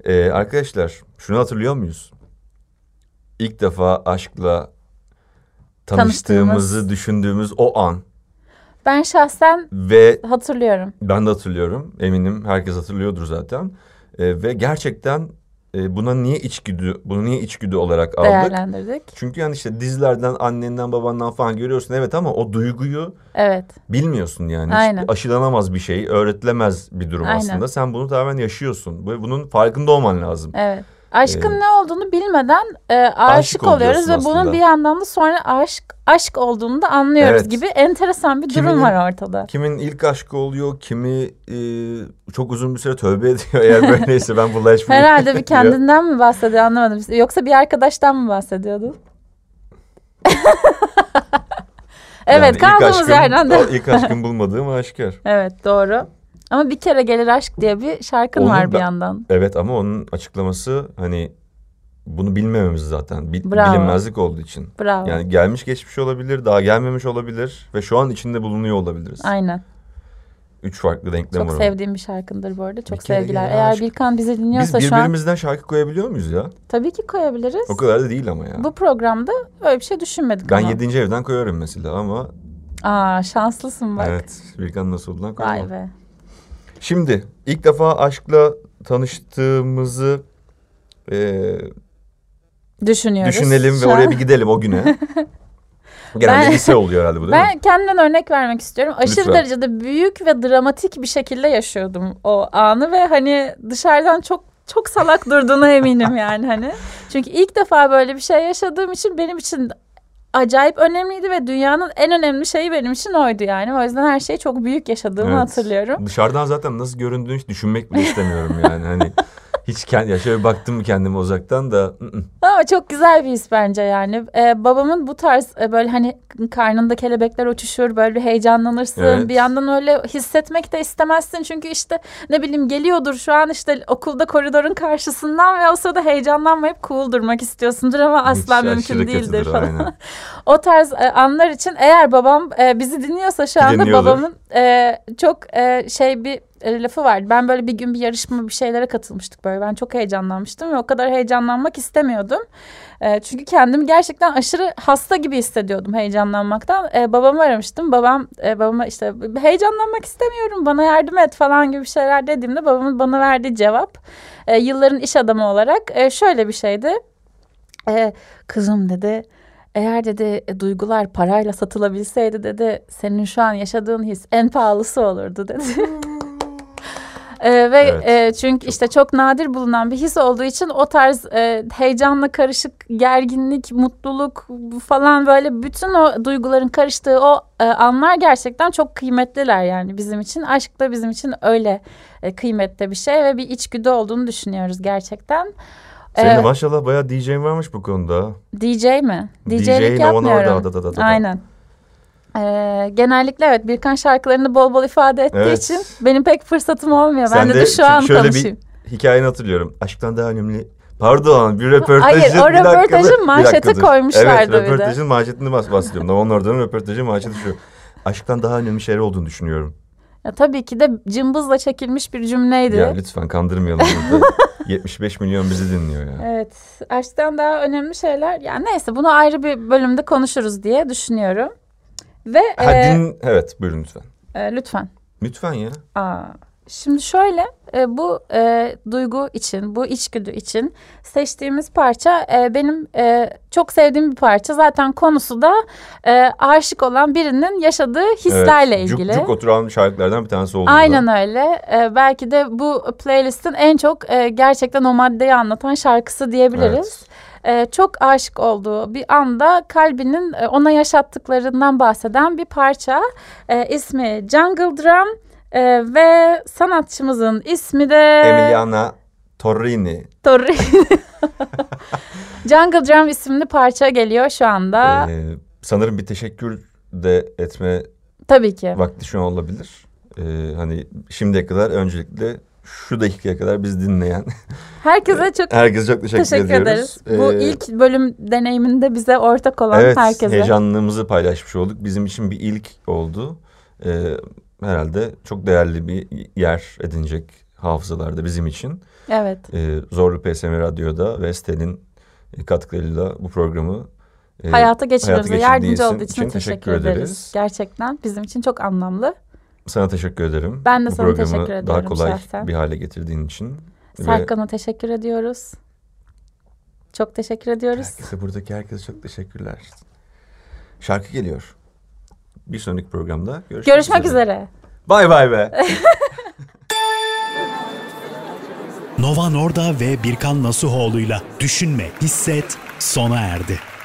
[SPEAKER 3] Ee, arkadaşlar şunu hatırlıyor muyuz? İlk defa aşkla tanıştığımızı
[SPEAKER 2] Tanıştığımız.
[SPEAKER 3] düşündüğümüz o an
[SPEAKER 2] ben şahsen
[SPEAKER 3] ve
[SPEAKER 2] hatırlıyorum.
[SPEAKER 3] ben de hatırlıyorum eminim herkes hatırlıyordur zaten Ee, ve gerçekten e, buna niye içgüdü bunu niye içgüdü olarak aldık?
[SPEAKER 2] Değerlendirdik.
[SPEAKER 3] Çünkü yani işte dizilerden annenden babandan falan görüyorsun evet ama o duyguyu
[SPEAKER 2] Evet.
[SPEAKER 3] bilmiyorsun yani. Hiç
[SPEAKER 2] Aynen.
[SPEAKER 3] aşılanamaz bir şey, öğretilemez bir durum
[SPEAKER 2] Aynen.
[SPEAKER 3] aslında. Sen bunu tamamen yaşıyorsun. Bu- Bunun farkında olman lazım.
[SPEAKER 2] Evet. Aşkın
[SPEAKER 3] Ee,
[SPEAKER 2] ne olduğunu bilmeden e, aşık,
[SPEAKER 3] aşık
[SPEAKER 2] oluyoruz ve
[SPEAKER 3] oluyorsun
[SPEAKER 2] bunun
[SPEAKER 3] aslında.
[SPEAKER 2] bir yandan da sonra aşk aşk olduğunu da anlıyoruz
[SPEAKER 3] Evet.
[SPEAKER 2] gibi enteresan bir durum
[SPEAKER 3] Kiminin-
[SPEAKER 2] var ortada.
[SPEAKER 3] Kimin ilk aşkı oluyor, kimi e, çok uzun bir süre tövbe [LAUGHS] ediyor eğer böyleyse ben bulaşmayayım.
[SPEAKER 2] Herhalde bir
[SPEAKER 3] diyor.
[SPEAKER 2] kendinden mi bahsediyor anlamadım. Yoksa bir arkadaştan mı
[SPEAKER 3] [LAUGHS]
[SPEAKER 2] bahsediyordun?
[SPEAKER 3] Yani
[SPEAKER 2] evet
[SPEAKER 3] ilk
[SPEAKER 2] kaldığımız
[SPEAKER 3] aşkım-
[SPEAKER 2] yerden de.
[SPEAKER 3] o ilk aşkım bulmadığım aşikar.
[SPEAKER 2] [LAUGHS] Evet doğru. Ama bir kere gelir aşk diye bir şarkın
[SPEAKER 3] Onu
[SPEAKER 2] var bir
[SPEAKER 3] ben-
[SPEAKER 2] yandan.
[SPEAKER 3] Evet ama onun açıklaması hani bunu bilmememiz zaten. Bi-
[SPEAKER 2] Bravo.
[SPEAKER 3] Bilinmezlik olduğu için.
[SPEAKER 2] Bravo.
[SPEAKER 3] Yani gelmiş geçmiş olabilir, daha gelmemiş olabilir ve şu an içinde bulunuyor olabiliriz.
[SPEAKER 2] Aynen.
[SPEAKER 3] Üç farklı denklem
[SPEAKER 2] Çok
[SPEAKER 3] var. onun.
[SPEAKER 2] sevdiğim bir şarkındır bu arada. Çok
[SPEAKER 3] Bir kere
[SPEAKER 2] sevgiler.
[SPEAKER 3] gelir
[SPEAKER 2] Eğer
[SPEAKER 3] aşk.
[SPEAKER 2] Birkan bizi
[SPEAKER 3] Biz
[SPEAKER 2] dinliyorsa şu an
[SPEAKER 3] birbirimizden şarkı koyabiliyor muyuz ya?
[SPEAKER 2] tabii ki koyabiliriz.
[SPEAKER 3] O kadar da değil ama ya.
[SPEAKER 2] Bu programda öyle bir şey düşünmedik
[SPEAKER 3] ben
[SPEAKER 2] ama.
[SPEAKER 3] yedinci evden koyarım mesela ama
[SPEAKER 2] Aa şanslısın bak.
[SPEAKER 3] evet Birkan Nasuh'dan
[SPEAKER 2] Vay
[SPEAKER 3] koyamam.
[SPEAKER 2] be.
[SPEAKER 3] Şimdi ilk defa aşkla tanıştığımızı e,
[SPEAKER 2] Düşünüyoruz.
[SPEAKER 3] Düşünelim ve
[SPEAKER 2] Şu an-
[SPEAKER 3] oraya bir gidelim
[SPEAKER 2] [LAUGHS]
[SPEAKER 3] o güne. Genelde
[SPEAKER 2] Ben-
[SPEAKER 3] lise oluyor herhalde bu değil mi?
[SPEAKER 2] Ben kendimden örnek vermek istiyorum. Aşırı
[SPEAKER 3] Lütfen.
[SPEAKER 2] derecede büyük ve dramatik bir şekilde yaşıyordum o anı ve hani dışarıdan çok çok salak durduğuna
[SPEAKER 3] [LAUGHS]
[SPEAKER 2] eminim yani hani. Çünkü ilk defa böyle bir şey yaşadığım için benim için acayip önemliydi ve dünyanın en önemli şeyi benim için oydu yani. O yüzden her şeyi çok büyük yaşadığımı
[SPEAKER 3] Evet.
[SPEAKER 2] hatırlıyorum.
[SPEAKER 3] Dışarıdan zaten nasıl göründüğünü hiç düşünmek bile istemiyorum yani. Hani hiç kendi ya şöyle baktım kendime uzaktan da "Mm, mm."
[SPEAKER 2] Ama çok güzel bir his bence yani. Ee, babamın bu tarz e, böyle hani karnında kelebekler uçuşur böyle bir heyecanlanırsın.
[SPEAKER 3] Evet.
[SPEAKER 2] Bir yandan öyle hissetmek de istemezsin. Çünkü işte ne bileyim geliyordur şu an işte okulda koridorun karşısından ve o sırada heyecanlanmayıp cool durmak istiyorsundur ama asla
[SPEAKER 3] Hiç
[SPEAKER 2] mümkün
[SPEAKER 3] aşırı
[SPEAKER 2] değildir
[SPEAKER 3] kötüdür,
[SPEAKER 2] falan. [LAUGHS]
[SPEAKER 3] aynen.
[SPEAKER 2] O tarz e, anlar için eğer babam e, bizi dinliyorsa şu anda
[SPEAKER 3] Dinliyordur.
[SPEAKER 2] babamın e, çok e, şey bir e, lafı vardı. Ben böyle bir gün bir yarışma bir şeylere katılmıştık böyle. Ben çok heyecanlanmıştım ve o kadar heyecanlanmak istemiyordum. E, çünkü kendimi gerçekten aşırı hasta gibi hissediyordum heyecanlanmaktan. E, babamı aramıştım. Babam e, babama işte heyecanlanmak istemiyorum bana yardım et falan gibi şeyler dediğimde babamın bana verdiği cevap e, yılların iş adamı olarak e, şöyle bir şeydi. E, kızım dedi eğer dedi e, duygular parayla satılabilseydi dedi senin şu an yaşadığın his en pahalısı olurdu dedi. E, ve
[SPEAKER 3] Evet,
[SPEAKER 2] e, çünkü işte çok nadir bulunan bir his olduğu için o tarz e, heyecanla karışık gerginlik, mutluluk falan böyle bütün o duyguların karıştığı o e, anlar gerçekten çok kıymetliler yani bizim için. Aşk da bizim için öyle e, kıymetli bir şey ve bir içgüdü olduğunu düşünüyoruz gerçekten.
[SPEAKER 3] Senin de
[SPEAKER 2] E,
[SPEAKER 3] maşallah bayağı DJ'in varmış bu konuda.
[SPEAKER 2] DJ mi? DJ'lik
[SPEAKER 3] DJ Nova Nova
[SPEAKER 2] yapmıyorum.
[SPEAKER 3] da da da da da.
[SPEAKER 2] Aynen. Ee, genellikle evet Birkan şarkılarını bol bol ifade ettiği
[SPEAKER 3] Evet.
[SPEAKER 2] için benim pek fırsatım olmuyor.
[SPEAKER 3] Sen
[SPEAKER 2] ben de,
[SPEAKER 3] de
[SPEAKER 2] şu an
[SPEAKER 3] çünkü şöyle bir
[SPEAKER 2] konuşayım.
[SPEAKER 3] Hikayeni hatırlıyorum. Aşktan daha önemli. Pardon bir röportajın
[SPEAKER 2] Hayır, o
[SPEAKER 3] bir dakika dur,
[SPEAKER 2] röportajın
[SPEAKER 3] bir
[SPEAKER 2] manşeti
[SPEAKER 3] dakika dur.
[SPEAKER 2] koymuşlardı bir de.
[SPEAKER 3] Evet röportajın manşetini bahs- bahsediyorum. Nova Norda'nın röportajın manşeti şu. Aşktan daha önemli şeyler olduğunu düşünüyorum.
[SPEAKER 2] Ya, tabii ki de cımbızla çekilmiş bir cümleydi.
[SPEAKER 3] Ya lütfen kandırmayalım burada.
[SPEAKER 2] [LAUGHS]
[SPEAKER 3] 75 milyon bizi dinliyor ya.
[SPEAKER 2] Evet, aşktan daha önemli şeyler. Yani neyse bunu ayrı bir bölümde konuşuruz diye düşünüyorum. Ve
[SPEAKER 3] Ha,
[SPEAKER 2] e,
[SPEAKER 3] din... Evet buyurun lütfen.
[SPEAKER 2] e, lütfen.
[SPEAKER 3] Lütfen ya.
[SPEAKER 2] Aa, şimdi şöyle e, bu e, duygu için, bu içgüdü için seçtiğimiz parça e, benim e, çok sevdiğim bir parça. Zaten konusu da e, aşık olan birinin yaşadığı hislerle
[SPEAKER 3] Evet,
[SPEAKER 2] ilgili.
[SPEAKER 3] Cuk, cuk oturan şarkılardan bir tanesi oldu.
[SPEAKER 2] Aynen öyle. E, belki de bu playlistin en çok e, gerçekten o maddeyi anlatan şarkısı diyebiliriz. E, çok aşık olduğu bir anda kalbinin e, ona yaşattıklarından bahseden bir parça. E, ismi Jungle Drum e, ve sanatçımızın ismi de...
[SPEAKER 3] Emiliana Torrini.
[SPEAKER 2] Torri. [LAUGHS] Jungle Drum isimli parça geliyor şu anda.
[SPEAKER 3] Ee, sanırım bir teşekkür de etme
[SPEAKER 2] Tabii ki.
[SPEAKER 3] vakti şu an olabilir. Ee, hani şimdiye kadar öncelikle şu dakikaya kadar bizi dinleyen [LAUGHS]
[SPEAKER 2] Herkese çok
[SPEAKER 3] herkese çok e, teşekkür,
[SPEAKER 2] teşekkür
[SPEAKER 3] ediyoruz.
[SPEAKER 2] ederiz. Bu
[SPEAKER 3] Ee,
[SPEAKER 2] ilk bölüm deneyiminde bize ortak olan
[SPEAKER 3] evet,
[SPEAKER 2] herkese.
[SPEAKER 3] heyecanlığımızı paylaşmış olduk. Bizim için bir ilk oldu. Ee, herhalde çok değerli bir yer edinecek hafızalarda bizim için.
[SPEAKER 2] Evet.
[SPEAKER 3] Ee, Zorlu PSM Radyo'da ve Stel'in katkılarıyla bu programı e,
[SPEAKER 2] hayata geçirmemize
[SPEAKER 3] geçirdiği
[SPEAKER 2] yardımcı
[SPEAKER 3] için-
[SPEAKER 2] olduğu için,
[SPEAKER 3] için
[SPEAKER 2] teşekkür,
[SPEAKER 3] teşekkür
[SPEAKER 2] ederiz.
[SPEAKER 3] ederiz.
[SPEAKER 2] Gerçekten bizim için çok anlamlı.
[SPEAKER 3] sana teşekkür ederim.
[SPEAKER 2] Ben de
[SPEAKER 3] bu
[SPEAKER 2] sana
[SPEAKER 3] programı
[SPEAKER 2] teşekkür ediyorum
[SPEAKER 3] daha kolay
[SPEAKER 2] şahsen.
[SPEAKER 3] bir hale getirdiğin için. Ve-
[SPEAKER 2] Serkan'a teşekkür ediyoruz. Çok teşekkür ediyoruz.
[SPEAKER 3] Herkese buradaki herkese çok teşekkürler. Şarkı geliyor. Bir sonraki programda görüşmek,
[SPEAKER 2] Görüşmek üzere.
[SPEAKER 3] Bay bay be.
[SPEAKER 1] Nova Norda ve Birkan Nasuhoğlu'yla Düşünme, Hisset sona erdi.